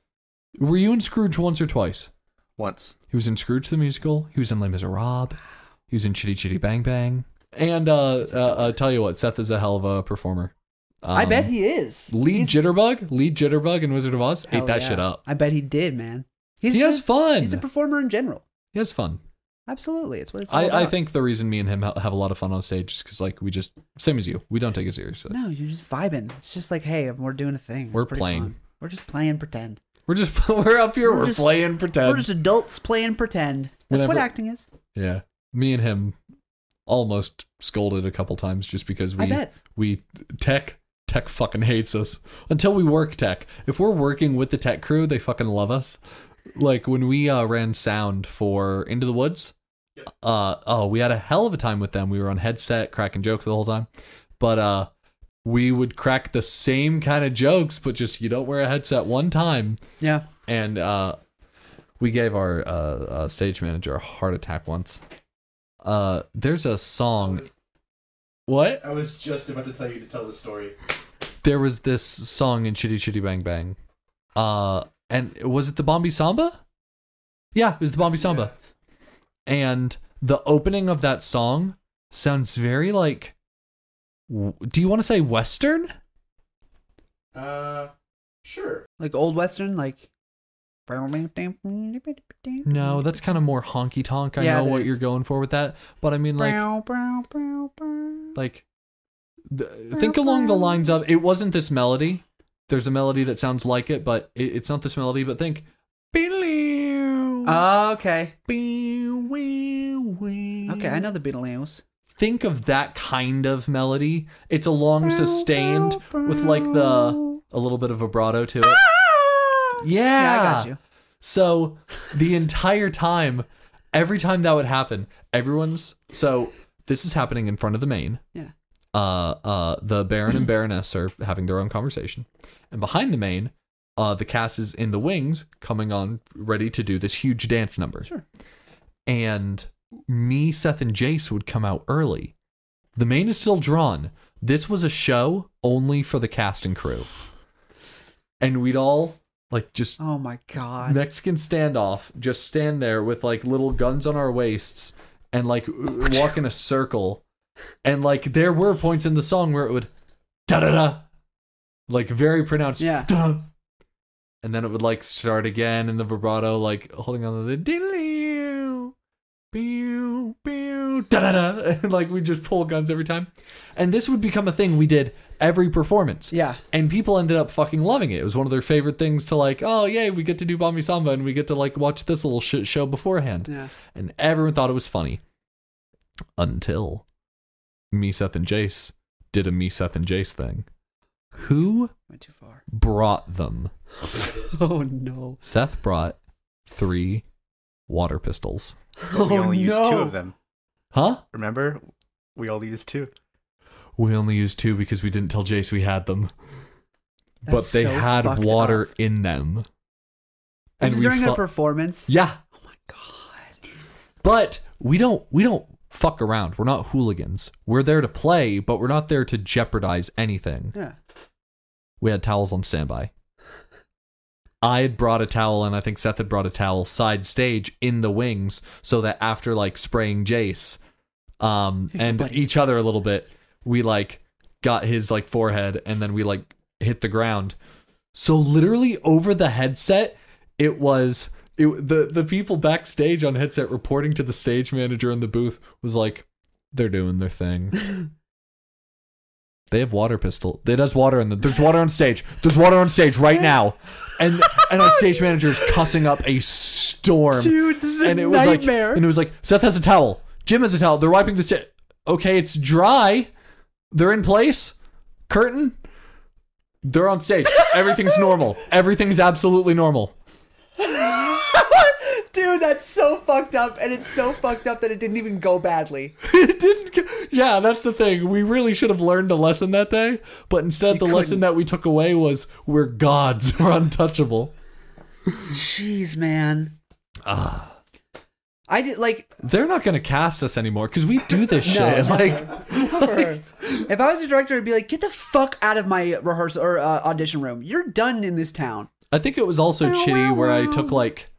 Speaker 1: Were you in Scrooge once or twice?
Speaker 3: Once.
Speaker 1: He was in Scrooge the musical. He was in Les Miserables. He was in Chitty Chitty Bang Bang. And uh, uh, uh tell you what, Seth is a hell of a performer.
Speaker 2: I bet
Speaker 1: Um,
Speaker 2: he is.
Speaker 1: Lee
Speaker 2: He's-
Speaker 1: Jitterbug, Lee Jitterbug in Wizard of Oz
Speaker 2: Hell
Speaker 1: ate that
Speaker 2: yeah.
Speaker 1: shit up.
Speaker 2: I bet he did, man. He's
Speaker 1: he has
Speaker 2: just-
Speaker 1: fun.
Speaker 2: He's a performer in general.
Speaker 1: he has fun.
Speaker 2: Absolutely, it's what it's all
Speaker 1: I, I
Speaker 2: about.
Speaker 1: think the reason me and him ha- have a lot of fun on stage is because like we just same as you, we don't take it seriously.
Speaker 2: No, you're just vibing. It's just like, hey, we're doing a thing. It's
Speaker 1: We're
Speaker 2: pretty
Speaker 1: playing.
Speaker 2: fun. We're just playing pretend.
Speaker 1: We're just we're up here,
Speaker 2: We're
Speaker 1: we're,
Speaker 2: just-
Speaker 1: playing pretend.
Speaker 2: We're just adults playing pretend. That's what
Speaker 1: Whenever-
Speaker 2: acting is.
Speaker 1: yeah, me and him almost scolded a couple times just because we
Speaker 2: I bet.
Speaker 1: we tech tech fucking hates us until we work tech if we're working with the tech crew they fucking love us like when we uh, ran sound for into the woods uh oh we had a hell of a time with them we were on headset cracking jokes the whole time but uh we would crack the same kind of jokes but just you don't wear a headset one time
Speaker 2: Yeah.
Speaker 1: and uh we gave our uh, uh stage manager a heart attack once uh there's a song what
Speaker 3: I was just about to tell you to tell the story.
Speaker 1: there was this song in Chitty Chitty Bang Bang. Uh, and was it the Bombi Samba? Yeah, it was the Bombi Samba. And the opening of that song sounds very like. w- Do you want to say Western?
Speaker 3: Uh, sure.
Speaker 2: Like old western, like.
Speaker 1: No, that's kind of more honky tonk. I
Speaker 2: Yeah,
Speaker 1: know
Speaker 2: it
Speaker 1: what
Speaker 2: is.
Speaker 1: you're going for with that, but I mean like
Speaker 2: Brow, brow, brow, brow.
Speaker 1: like th- think along the lines of it wasn't this melody. There's a melody that sounds like it, but it, it's not this melody. But think, uh, okay,
Speaker 2: Oh, okay. Okay, I know the Beatles.
Speaker 1: Think of that kind of melody. It's a long sustained with like the a little bit of vibrato to it. Yeah,
Speaker 2: Yeah, I got you.
Speaker 1: So the entire time, every time that would happen, everyone's so this is happening in front of the main.
Speaker 2: Yeah.
Speaker 1: Uh, uh, the Baron and Baroness are having their own conversation, and behind the main, uh, the cast is in the wings, coming on ready to do this huge dance number.
Speaker 2: Sure.
Speaker 1: And me, Seth, and Jace would come out early. The main is still drawn. This was a show only for the cast and crew, and we'd all like just
Speaker 2: Oh my god.
Speaker 1: Mexican standoff, just stand there with like little guns on our waists and like walk in a circle. And like there were points in the song where it would da da da, like very pronounced.
Speaker 2: Yeah.
Speaker 1: "Da." And then it would like start again in the vibrato, like holding on to the diddly. Pew, pew, da da da. And like we just pull guns every time. And this would become a thing we did every performance
Speaker 2: yeah.
Speaker 1: and people ended up fucking loving it. It was one of their favorite things to like, oh yay, we get to do Bombi Samba and we get to like watch this little shit show beforehand.
Speaker 2: Yeah.
Speaker 1: And everyone thought it was funny. Until me, Seth, and Jace did a me, Seth, and Jace thing. Who
Speaker 2: Went too far.
Speaker 1: brought them?
Speaker 2: Oh no.
Speaker 1: Seth brought three water pistols.
Speaker 2: Oh,
Speaker 4: we only used two
Speaker 2: no.
Speaker 4: of them.
Speaker 1: Huh?
Speaker 4: Remember? We only used two.
Speaker 1: We only used two because we didn't tell Jace we had them. but
Speaker 2: That's
Speaker 1: they
Speaker 2: so
Speaker 1: had
Speaker 2: fucked
Speaker 1: water
Speaker 2: up.
Speaker 1: in them.
Speaker 2: This is during
Speaker 1: fu-
Speaker 2: a performance.
Speaker 1: Yeah.
Speaker 2: Oh my god.
Speaker 1: But we don't we don't fuck around. We're not hooligans. We're there to play, but we're not there to jeopardize anything.
Speaker 2: Yeah.
Speaker 1: We had towels on standby. I had brought a towel and I think Seth had brought a towel side stage in the wings so that after like spraying Jace um and
Speaker 2: Buddy.
Speaker 1: each other a little bit, we like got his like forehead and then we like hit the ground. So literally over the headset, it was it, the the people backstage on headset reporting to the stage manager in the booth was like, they're doing their thing. they have water pistol. It has water in the. There's water on stage. There's water on stage right now, and and our stage manager is cussing up a storm.
Speaker 2: Dude, this is a
Speaker 1: Um, and it was
Speaker 2: nightmare.
Speaker 1: like, and it was like, Seth has a towel. Jim has a towel. They're wiping the shit. Okay, it's dry. They're in place. Curtain. They're on stage. Everything's normal. Everything's absolutely normal.
Speaker 2: Dude, that's so fucked up, and it's so fucked up that it didn't even go badly.
Speaker 1: it didn't. go- Yeah, that's the thing. We really should have learned a lesson that day, but instead the lesson that we took away was we're gods, we're untouchable.
Speaker 2: Jeez, man.
Speaker 1: Ah.
Speaker 2: I did like
Speaker 1: They're not gonna cast us anymore because we do this shit. Like,
Speaker 2: if I was a director, I'd be like, get the fuck out of my rehearsal or uh, audition room. You're done in this town.
Speaker 1: I think it was also shitty where I took like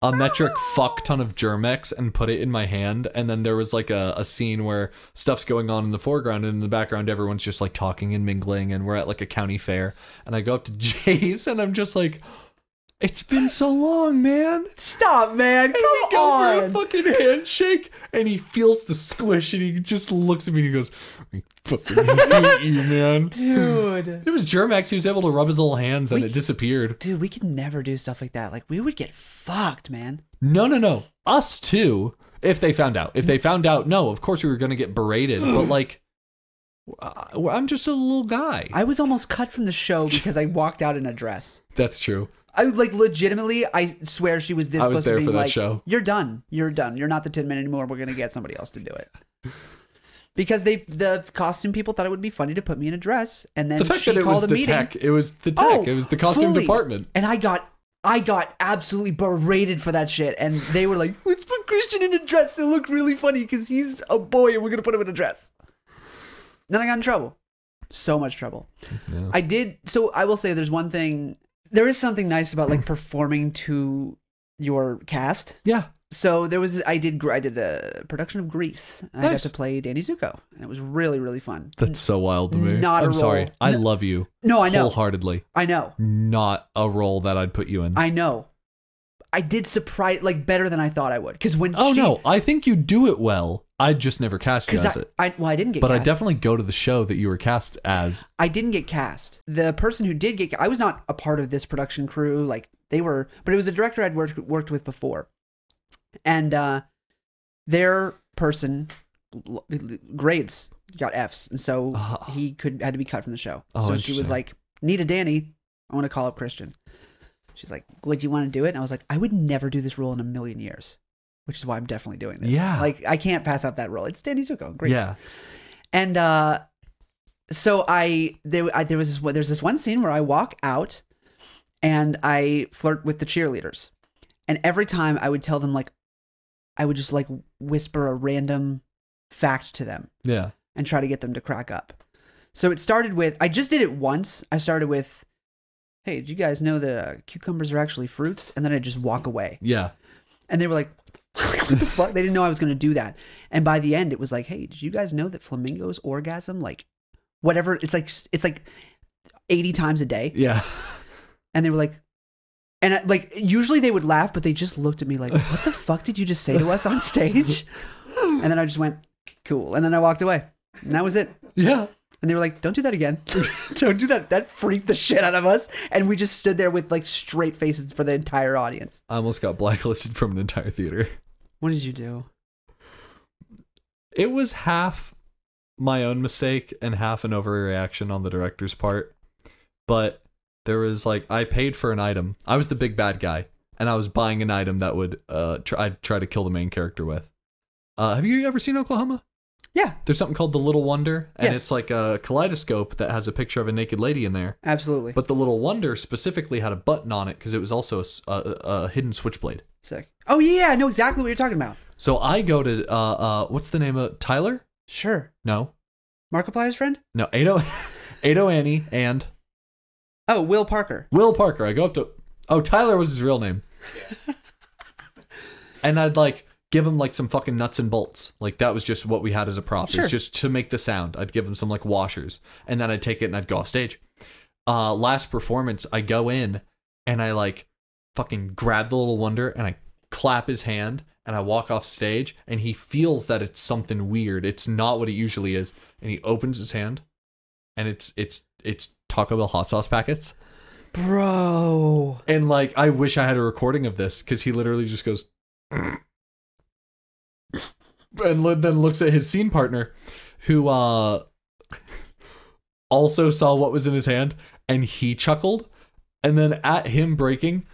Speaker 1: a metric fuck ton of Germex and put it in my hand, and then there was like a, a scene where stuff's going on in the foreground, and in the background everyone's just like talking and mingling, and we're at like a county fair, and I go up to Jace and I'm just like, "It's been so long, man."
Speaker 2: Stop, man. Come
Speaker 1: we go for a
Speaker 2: on.
Speaker 1: fucking handshake, and he feels the squish, and he just looks at me and he goes, "I fucking hate you, man."
Speaker 2: Dude.
Speaker 1: It was Germax who was able to rub his little hands, and it disappeared.
Speaker 2: Dude, we could never do stuff like that. Like, we would get fucked, man.
Speaker 1: No, no, no. Us too. If they found out, if they found out, no, of course we were gonna get berated. But like, I- I'm just a little guy.
Speaker 2: I was almost cut from the show because I walked out in a dress.
Speaker 1: That's true.
Speaker 2: I was like legitimately, I swear she was this
Speaker 1: I was
Speaker 2: close
Speaker 1: there
Speaker 2: to being
Speaker 1: for that
Speaker 2: like,
Speaker 1: show.
Speaker 2: "You're done. You're done. You're not the Tin Man anymore. We're gonna get somebody else to do it." Because they, the costume people thought it would be funny to put me in a dress, and then
Speaker 1: the fact
Speaker 2: she
Speaker 1: that it
Speaker 2: called
Speaker 1: was
Speaker 2: a
Speaker 1: the
Speaker 2: meeting.
Speaker 1: tech, it was the tech,
Speaker 2: Oh,
Speaker 1: it was the costume
Speaker 2: fully.
Speaker 1: department.
Speaker 2: and I got, I got absolutely berated for that shit. And they were like, "Let's put Christian in a dress. It'll look really funny because he's a boy, and we're gonna put him in a dress." Then I got in trouble, so much trouble.
Speaker 1: Yeah.
Speaker 2: I did. So I will say, there's one thing. There is something nice about like performing to your cast.
Speaker 1: yeah.
Speaker 2: So there was. I did. I did a production of Grease. And I got
Speaker 1: Nice.
Speaker 2: to play Danny Zuko, and it was really really fun.
Speaker 1: That's so wild to me.
Speaker 2: Not a
Speaker 1: I'm sorry.
Speaker 2: role.
Speaker 1: I
Speaker 2: No-
Speaker 1: love you
Speaker 2: No, I know.
Speaker 1: wholeheartedly.
Speaker 2: I know.
Speaker 1: Not a role that I'd put you in.
Speaker 2: I know. I did surprise like better than I thought I would because when
Speaker 1: Oh
Speaker 2: she,
Speaker 1: no, I think you do it well. I just never cast you
Speaker 2: because
Speaker 1: as
Speaker 2: I,
Speaker 1: it.
Speaker 2: I well I didn't get
Speaker 1: But I
Speaker 2: cast.
Speaker 1: definitely go to the show that you were cast as.
Speaker 2: I didn't get cast. The person who did get ca- I was not a part of this production crew. Like they were, but it was a director I'd worked worked with before, and uh, their person l- l- grades got Fs, and so
Speaker 1: Ah.
Speaker 2: Uh, he could had to be cut from the show.
Speaker 1: Oh,
Speaker 2: so she was
Speaker 1: interesting.
Speaker 2: like, "Nita, Danny, I want to call up Christian." She's like, "Would you want to do it?" And I was like, "I would never do this role in a million years." Which is why I'm definitely doing this.
Speaker 1: Yeah.
Speaker 2: Like, I can't pass up that role. It's Danny Zuko. Great.
Speaker 1: Yeah.
Speaker 2: And uh, so I there I, there was this, there's this one scene where I walk out and I flirt with the cheerleaders, and every time I would tell them like, I would just like whisper a random fact to them
Speaker 1: Yeah.
Speaker 2: and try to get them to crack up. So it started with I just did it once. I started with, "Hey, did you guys know that uh, cucumbers are actually fruits?" And then I just walk away,
Speaker 1: Yeah.
Speaker 2: and they were like. what the fuck? They didn't know I was going to do that. And by the end, it was like, hey, did you guys know that flamingos orgasm like whatever? It's like it's like eighty times a day.
Speaker 1: Yeah.
Speaker 2: And they were like, and I, like usually they would laugh, but they just looked at me like, what the fuck did you just say to us on stage? And then I just went, cool. And then I walked away, and that was it.
Speaker 1: Yeah.
Speaker 2: And they were like, "Don't do that again! Don't do that!" That freaked the shit out of us, and we just stood there with like straight faces for the entire audience.
Speaker 1: I almost got blacklisted from an entire theater.
Speaker 2: What did you do?
Speaker 1: It was half my own mistake and half an overreaction on the director's part. But there was like I paid for an item. I was the big bad guy and I was buying an item that would uh try I'd try to kill the main character with. Uh have you ever seen Oklahoma?
Speaker 2: Yeah,
Speaker 1: There's something called the Little Wonder and
Speaker 2: Yes.
Speaker 1: it's like a kaleidoscope that has a picture of a naked lady in there.
Speaker 2: absolutely.
Speaker 1: But the Little Wonder specifically had a button on it because it was also a s a a a hidden switchblade.
Speaker 2: Sick. Oh yeah, I know exactly what you're talking about.
Speaker 1: So I go to uh uh what's the name of Tyler?
Speaker 2: Sure.
Speaker 1: No.
Speaker 2: Markiplier's friend?
Speaker 1: No, Ado Ado Annie and
Speaker 2: Oh, Will Parker.
Speaker 1: Will Parker. I go up to Oh, Tyler was his real name. and I'd like give him like some fucking nuts and bolts. Like that was just what we had as a prop.
Speaker 2: Sure.
Speaker 1: It's just to make the sound. I'd give him some like washers and then I'd take it and I'd go off stage. Uh last performance, I go in and I like fucking grab the little wonder and I clap his hand and I walk off stage and he feels that it's something weird. It's not what it usually is. And he opens his hand and it's it's it's Taco Bell hot sauce packets.
Speaker 2: Bro.
Speaker 1: And like, I wish I had a recording of this because he literally just goes and li- then looks at his scene partner, who uh also saw what was in his hand, and he chuckled. And then at him breaking,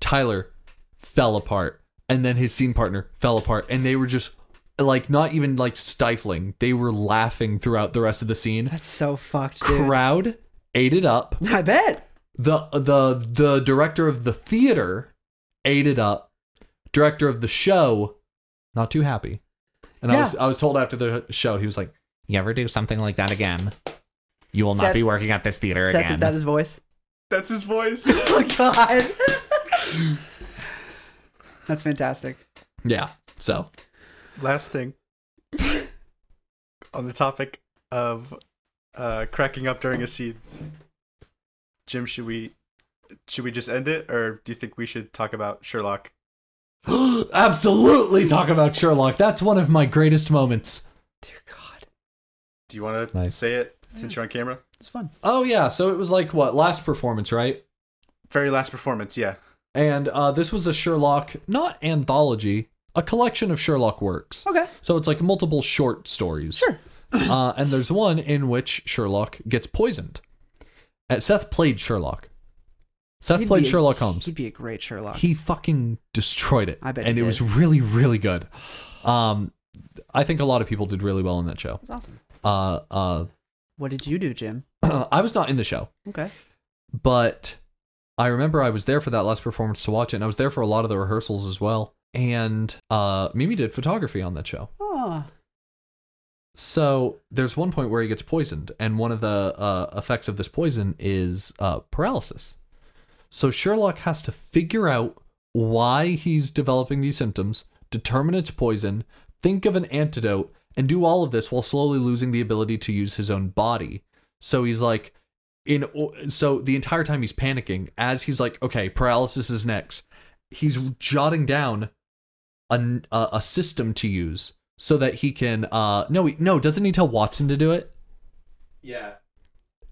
Speaker 1: Tyler fell apart, and then his scene partner fell apart, and they were just like not even like stifling; they were laughing throughout the rest of the scene.
Speaker 2: That's so fucked, dude.
Speaker 1: Crowd ate it up
Speaker 2: I bet.
Speaker 1: the the the director of the theater ate it up. Director of the show, not too happy. And I
Speaker 2: Yeah.
Speaker 1: was I was told after the show, he was like,
Speaker 5: You ever do something like that again? You will not
Speaker 2: Seth-
Speaker 5: be working at this theater
Speaker 2: Seth, is
Speaker 5: again.
Speaker 2: that his voice?
Speaker 4: That's his voice.
Speaker 2: Oh my god. That's fantastic.
Speaker 1: "Yeah." So
Speaker 4: Last thing on the topic of uh, cracking up during a scene. Jim, should we should we just end it, or do you think we should talk about Sherlock?
Speaker 1: absolutely talk about Sherlock. That's one of my greatest moments.
Speaker 2: Dear God.
Speaker 4: Do you want to
Speaker 1: Nice.
Speaker 4: say it since you're on camera?
Speaker 2: It's fun.
Speaker 1: Oh yeah, so it was like what last performance, right?
Speaker 4: Very last performance, yeah.
Speaker 1: And uh, this was a Sherlock, not anthology, a collection of Sherlock works.
Speaker 2: Okay.
Speaker 1: So it's like multiple short stories.
Speaker 2: Sure.
Speaker 1: uh, and there's one in which Sherlock gets poisoned. Uh, Seth played Sherlock. Seth
Speaker 2: He'd
Speaker 1: played
Speaker 2: be a-
Speaker 1: Sherlock Holmes.
Speaker 2: He'd be a great Sherlock.
Speaker 1: He fucking destroyed it.
Speaker 2: I bet he
Speaker 1: and it
Speaker 2: did.
Speaker 1: was really, really good. Um, I think a lot of people did really well in that show.
Speaker 2: That's awesome.
Speaker 1: Uh, uh,
Speaker 2: What did you do, Jim?
Speaker 1: I was not in the show,
Speaker 2: Okay.
Speaker 1: but I remember I was there for that last performance to watch it, and I was there for a lot of the rehearsals as well. And uh, Mimi did photography on that show.
Speaker 2: Oh.
Speaker 1: So there's one point where he gets poisoned, and one of the uh, effects of this poison is uh, paralysis. So Sherlock has to figure out why he's developing these symptoms, determine its poison, think of an antidote, and do all of this while slowly losing the ability to use his own body. So he's like, in o- so the entire time he's panicking as he's like, okay, paralysis is next, he's jotting down a a, a system to use so that he can uh no he, no doesn't he tell Watson to do it
Speaker 3: Yeah.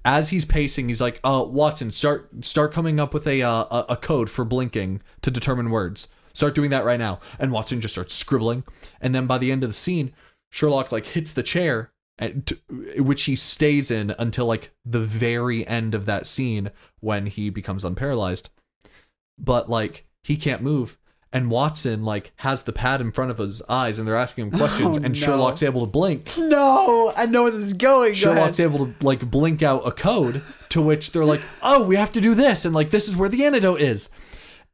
Speaker 1: as he's pacing he's like uh Watson start start coming up with a uh, a, a code for blinking to determine words start doing that right now and Watson just starts scribbling and then by the end of the scene Sherlock like hits the chair and t- which he stays in until like the very end of that scene when he becomes unparalyzed but like he can't move and Watson like has the pad in front of his eyes and they're asking him questions
Speaker 2: Oh,
Speaker 1: and
Speaker 2: no.
Speaker 1: Sherlock's able to blink
Speaker 2: No, I know where this is going. Go
Speaker 1: Sherlock's
Speaker 2: ahead.
Speaker 1: able to like blink out a code to which they're like, "Oh, we have to do this," and like this is where the antidote is.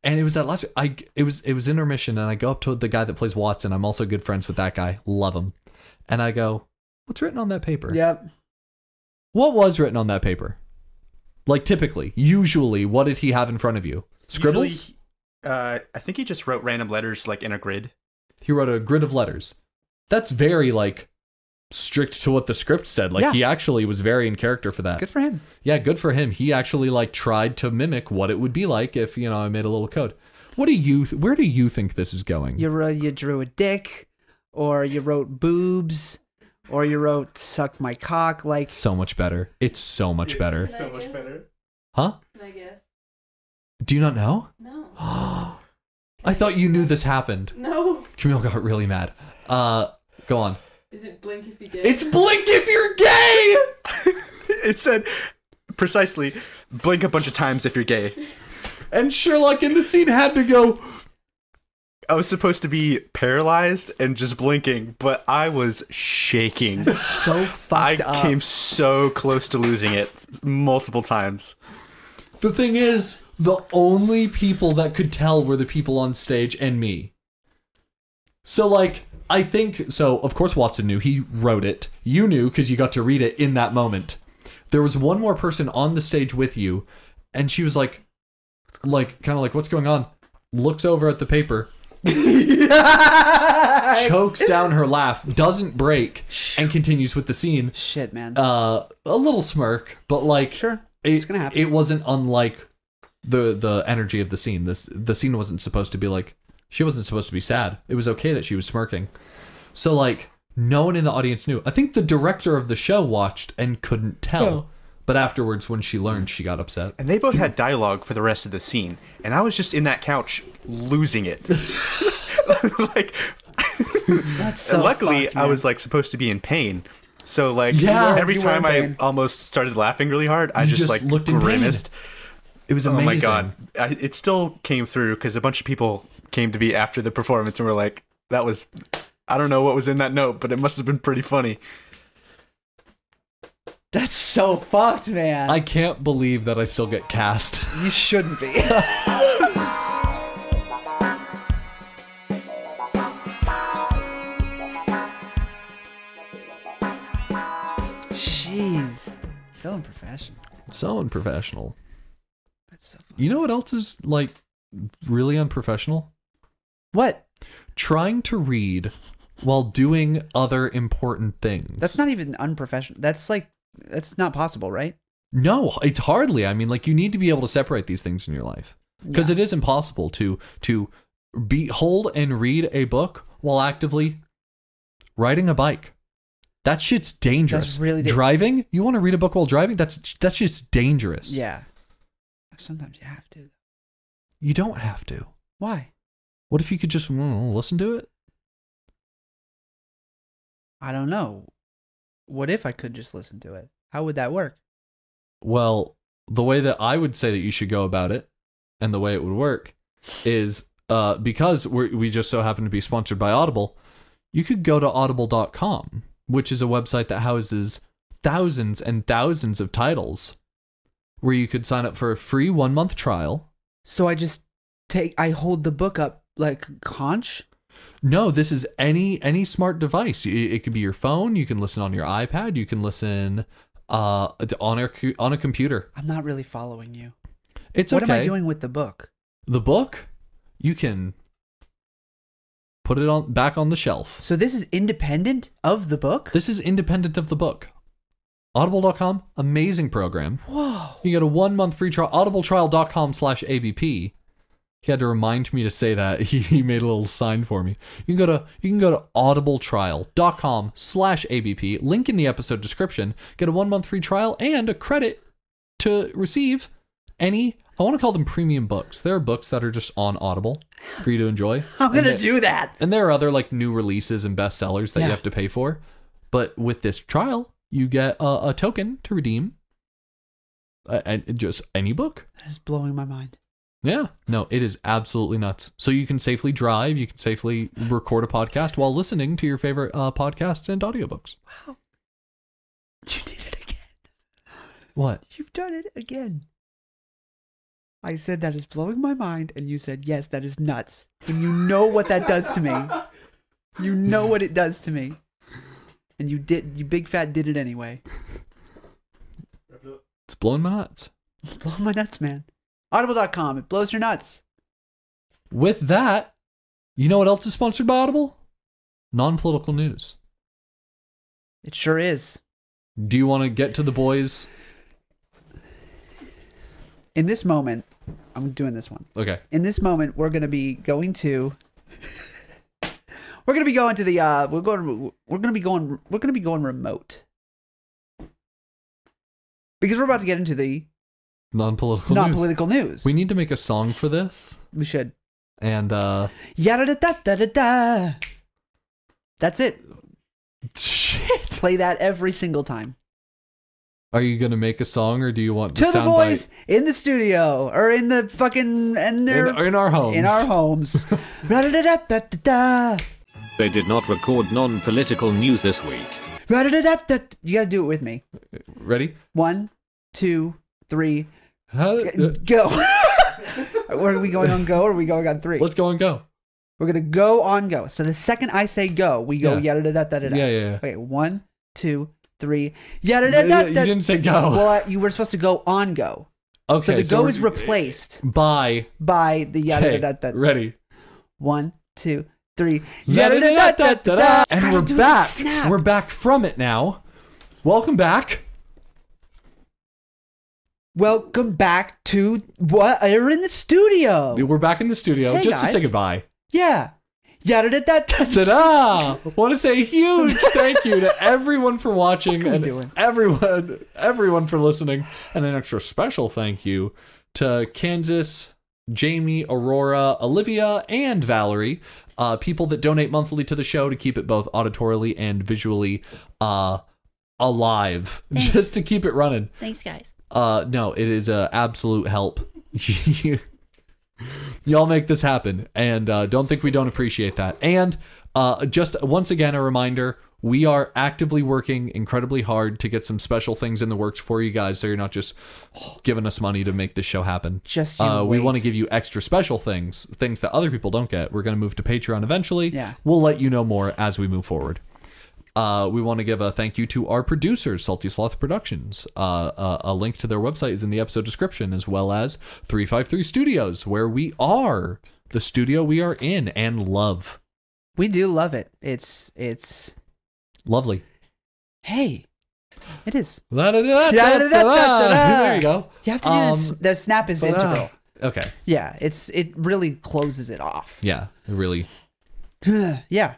Speaker 1: And it was that last. I it was it was intermission, and I go up to the guy that plays Watson. I'm also good friends with that guy. Love him. And I go, "What's written on that paper?
Speaker 2: Yep.
Speaker 1: What was written on that paper? Like typically, usually, what did he have in front of you? Scribbles.
Speaker 4: Usually, uh, I think he just wrote random letters like in a grid.
Speaker 1: he wrote a grid of letters. That's very like strict to what the script said. Like
Speaker 2: Yeah.
Speaker 1: he actually was very in character
Speaker 4: Uh,
Speaker 1: for that.
Speaker 2: Good for him.
Speaker 1: Yeah, good for him. He actually like tried to mimic what it would be like if you know I made a little code. What do you? Th- where do you think this is going?
Speaker 2: You wrote, you drew a dick, or you wrote boobs, or you wrote suck my cock. Like
Speaker 1: so much better. It's so much
Speaker 3: It's
Speaker 1: better,
Speaker 3: So much better.
Speaker 1: huh?
Speaker 6: Can I guess?
Speaker 1: Do you not know?
Speaker 6: No.
Speaker 1: I thought you knew this happened.
Speaker 6: No.
Speaker 1: Camille got really mad. Uh, go on.
Speaker 6: Is it blink if you get
Speaker 1: It's blink if you're gay.
Speaker 4: it said precisely, blink a bunch of times if you're gay.
Speaker 1: And Sherlock in the scene had to go.
Speaker 4: I was supposed to be paralyzed and just blinking, but I was shaking.
Speaker 2: so
Speaker 4: I
Speaker 2: fucked up.
Speaker 4: came so close to losing it multiple times.
Speaker 1: The thing is, the only people that could tell were the people on stage and me. So, like, I think so. Of course, Watson knew he wrote it. You knew because you got to read it in that moment. There was one more person on the stage with you, and she was like, like, kind of like, "What's going on?" Looks over at the paper, chokes down her laugh, doesn't break, and continues with the scene.
Speaker 2: Shit, man.
Speaker 1: Uh, a little smirk, but like,
Speaker 2: sure.
Speaker 1: it,
Speaker 2: It's gonna happen.
Speaker 1: It wasn't unlike the the energy of the scene. This the scene wasn't supposed to be like she wasn't supposed to be sad. It was okay that she was smirking. So like no one in the audience knew. I think the director of the show watched and couldn't tell. But afterwards, when she learned, she got upset.
Speaker 4: And they both had dialogue for the rest of the scene, and I was just in that couch losing it. like,
Speaker 2: That's so
Speaker 4: luckily,
Speaker 2: fucked,
Speaker 4: I
Speaker 2: man.
Speaker 4: was like supposed to be in pain. So like
Speaker 1: Yeah.
Speaker 4: every
Speaker 2: You were in
Speaker 4: time I
Speaker 2: pain.
Speaker 4: almost started laughing really hard, I
Speaker 1: You
Speaker 4: just,
Speaker 1: just
Speaker 4: like
Speaker 1: looked in pain.
Speaker 4: grimaced.
Speaker 1: It was amazing.
Speaker 4: Oh my god! I, it still came through because a bunch of people came to me after the performance and were like, "That was, I don't know what was in that note, but it must have been pretty funny."
Speaker 2: That's so fucked, man.
Speaker 1: I can't believe that I still get cast.
Speaker 2: you shouldn't be. Jeez. So unprofessional.
Speaker 1: so unprofessional.
Speaker 2: That's so
Speaker 1: You know what else is like really unprofessional?
Speaker 2: What?
Speaker 1: trying to read while doing other important things.
Speaker 2: That's not even unprofessional. That's like that's not possible, right?
Speaker 1: No, it's hardly. I mean, like you need to be able to separate these things in your life because it is impossible to to be hold and read a book while actively riding a bike. That shit's dangerous.
Speaker 2: really da-
Speaker 1: driving. You want to read a book while driving? That's that's just dangerous.
Speaker 2: Yeah. Sometimes you have to.
Speaker 1: You don't have to.
Speaker 2: Why?
Speaker 1: What if you could just mm, listen to it?
Speaker 2: I don't know. What if I could just listen to it? How would that work?
Speaker 1: Well, the way that I would say that you should go about it and the way it would work is uh, because we're, we just so happen to be sponsored by Audible, you could go to audible.com, which is a website that houses thousands and thousands of titles where you could sign up for a free one month trial.
Speaker 2: So I just take I hold the book up like conch.
Speaker 1: No, this is any any smart device. It, it could be your phone. You can listen on your iPad. You can listen uh, on a cu- on a computer.
Speaker 2: I'm not really following you.
Speaker 1: It's
Speaker 2: what
Speaker 1: okay.
Speaker 2: am I doing with the book?
Speaker 1: the book you can put it on back on the shelf
Speaker 2: So this is independent of the book?
Speaker 1: this is independent of the book audible.com amazing program
Speaker 2: Whoa.
Speaker 1: you get a one month free trial audibletrial.com slash abp He had to remind me to say that. He, he made a little sign for me. You can go to you can go to audibletrial.com slash ABP, link in the episode description, get a one month free trial and a credit to receive any I want to call them premium books. There are books that are just on Audible for you to enjoy.
Speaker 2: I'm gonna
Speaker 1: And the-
Speaker 2: do that.
Speaker 1: and there are other like new releases and bestsellers that
Speaker 2: Yeah.
Speaker 1: you have to pay for. But with this trial, you get a, a token to redeem. Uh, and just any book.
Speaker 2: That is blowing my mind.
Speaker 1: Yeah. No, it is absolutely nuts. So you can safely drive, you can safely record a podcast while listening to your favorite uh, podcasts and audiobooks.
Speaker 2: You did it again.
Speaker 1: What?
Speaker 2: You've done it again. I said that is blowing my mind, and you said yes, that is nuts. And you know what that does to me. You know what it does to me. And you did. You big fat did it anyway.
Speaker 1: It's blowing my nuts.
Speaker 2: It's blowing my nuts, man. Audible.com. It blows your nuts.
Speaker 1: With that, you know what else is sponsored by Audible? Non political news.
Speaker 2: It sure is.
Speaker 1: Do you want to get to the boys?
Speaker 2: In this moment, I'm doing this one.
Speaker 1: Okay.
Speaker 2: in this moment we're going to be going to we're going to be going to the uh we're going we're going to be going we're going to be going remote because we're about to get into the
Speaker 1: Non political news.
Speaker 2: non-political news
Speaker 1: We need to make a song for this.
Speaker 2: we should
Speaker 1: And uh
Speaker 2: yada da da da da da that's it
Speaker 1: shit.
Speaker 2: play that every single time
Speaker 1: Are you gonna make a song or do you want
Speaker 2: to the
Speaker 1: sound
Speaker 2: boys in the studio or in the fucking and
Speaker 1: bite?
Speaker 2: they're
Speaker 1: in, in our homes?
Speaker 2: in our homes Ra-da-da-da-da-da-da.
Speaker 6: They did not record non political news this week.
Speaker 2: Ra-da-da-da-da. you gotta do it with me
Speaker 1: Ready?
Speaker 2: One, two, three,
Speaker 1: Huh? Uh,
Speaker 2: go. Where are we going on go or are we going on 3
Speaker 1: let's go and go.
Speaker 2: We're gonna go on go. So the second I say go, we go
Speaker 1: Yeah.
Speaker 2: yada da da da da. da.
Speaker 1: Yeah, yeah,
Speaker 2: Okay, one, two, three, yada
Speaker 1: yeah.
Speaker 2: da da
Speaker 1: You
Speaker 2: da.
Speaker 1: didn't say go.
Speaker 2: Well, I, you were supposed to go on go.
Speaker 1: Okay,
Speaker 2: So the go
Speaker 1: we're-
Speaker 2: is replaced
Speaker 1: bye.
Speaker 2: by the yada
Speaker 1: Okay,
Speaker 2: da da da.
Speaker 1: ready.
Speaker 2: One, two, three, yada da da da da.
Speaker 1: Da-da-da-da-da-da. And we're back. We're back from it now. Welcome back.
Speaker 2: Welcome back to what? You're in the studio.
Speaker 1: We're back in the studio
Speaker 2: Oh. Hey,
Speaker 1: just to say
Speaker 2: guys.
Speaker 1: goodbye.
Speaker 2: Yeah. Yada da da da. da.
Speaker 1: Ta-da! Want to say a huge thank you to everyone for watching and
Speaker 2: doing?
Speaker 1: everyone, everyone for listening, and an extra special thank you to Kansas, Jamie, Aurora, Olivia, and Valerie, uh, people that donate monthly to the show to keep it both auditorily and visually uh, alive, just to keep it running.
Speaker 7: Thanks, guys.
Speaker 1: Uh, no, it is a absolute help. You- Y'all make this happen, and uh, don't think we don't appreciate that. And uh, just once again, a reminder: we are actively working incredibly hard to get some special things in the works for you guys, so you're not just giving us money to make this show happen.
Speaker 2: Just you
Speaker 1: uh, we
Speaker 2: wait.
Speaker 1: want to give you extra special things, things that other people don't get. We're going to move to Patreon eventually.
Speaker 2: Yeah.
Speaker 1: we'll let you know more as we move forward. Uh, we want to give a thank you to our producers, Salty Sloth Productions. Uh, uh, a link to their website is in the episode description, as well as 353 Studios, where we are, the studio we are in and love.
Speaker 2: We do love it. It's it's
Speaker 1: Lovely.
Speaker 2: hey, it is.
Speaker 1: There you go.
Speaker 2: You have to do this.
Speaker 1: Um,
Speaker 2: The snap is integral.
Speaker 1: Okay.
Speaker 2: Yeah, it's it really closes it off.
Speaker 1: Yeah. it Really.
Speaker 2: yeah,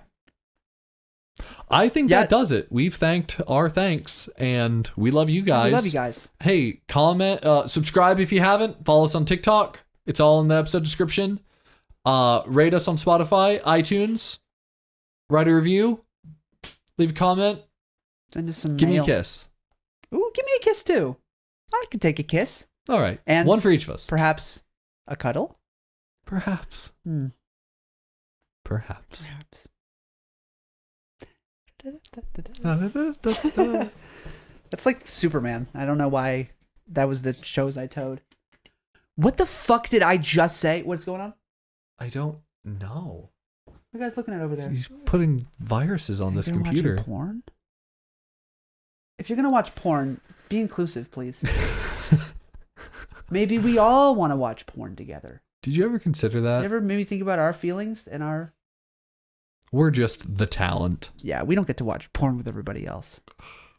Speaker 1: I think
Speaker 2: Yeah.
Speaker 1: that does it. We've thanked our thanks, and we love you guys.
Speaker 2: we love you guys.
Speaker 1: hey, comment, uh, subscribe if you haven't. Follow us on TikTok. It's all in the episode description. Uh, rate us on Spotify, iTunes. Write a review. Leave a comment.
Speaker 2: Send us some.
Speaker 1: Give
Speaker 2: mail.
Speaker 1: me a kiss.
Speaker 2: Ooh, give me a kiss too. I could take a kiss,
Speaker 1: All right.
Speaker 2: And-
Speaker 1: one for each of us.
Speaker 2: perhaps a cuddle.
Speaker 1: Perhaps.
Speaker 2: Hmm,
Speaker 1: Perhaps.
Speaker 2: perhaps.
Speaker 1: That's
Speaker 2: That's like Superman. I don't know why that was the shows I toed. What the fuck did I just say? What's going on?
Speaker 1: I don't know.
Speaker 2: What are you guys looking at over there?
Speaker 1: He's putting viruses on
Speaker 2: Are you
Speaker 1: this
Speaker 2: gonna watch your
Speaker 1: computer.
Speaker 2: Porn? If you're gonna watch porn, be inclusive, please. maybe we all want to watch porn together.
Speaker 1: Did you ever consider
Speaker 2: Did you
Speaker 1: that?
Speaker 2: ever maybe think about our feelings and our?
Speaker 1: We're just the talent.
Speaker 2: Yeah, we don't get to watch porn with everybody else.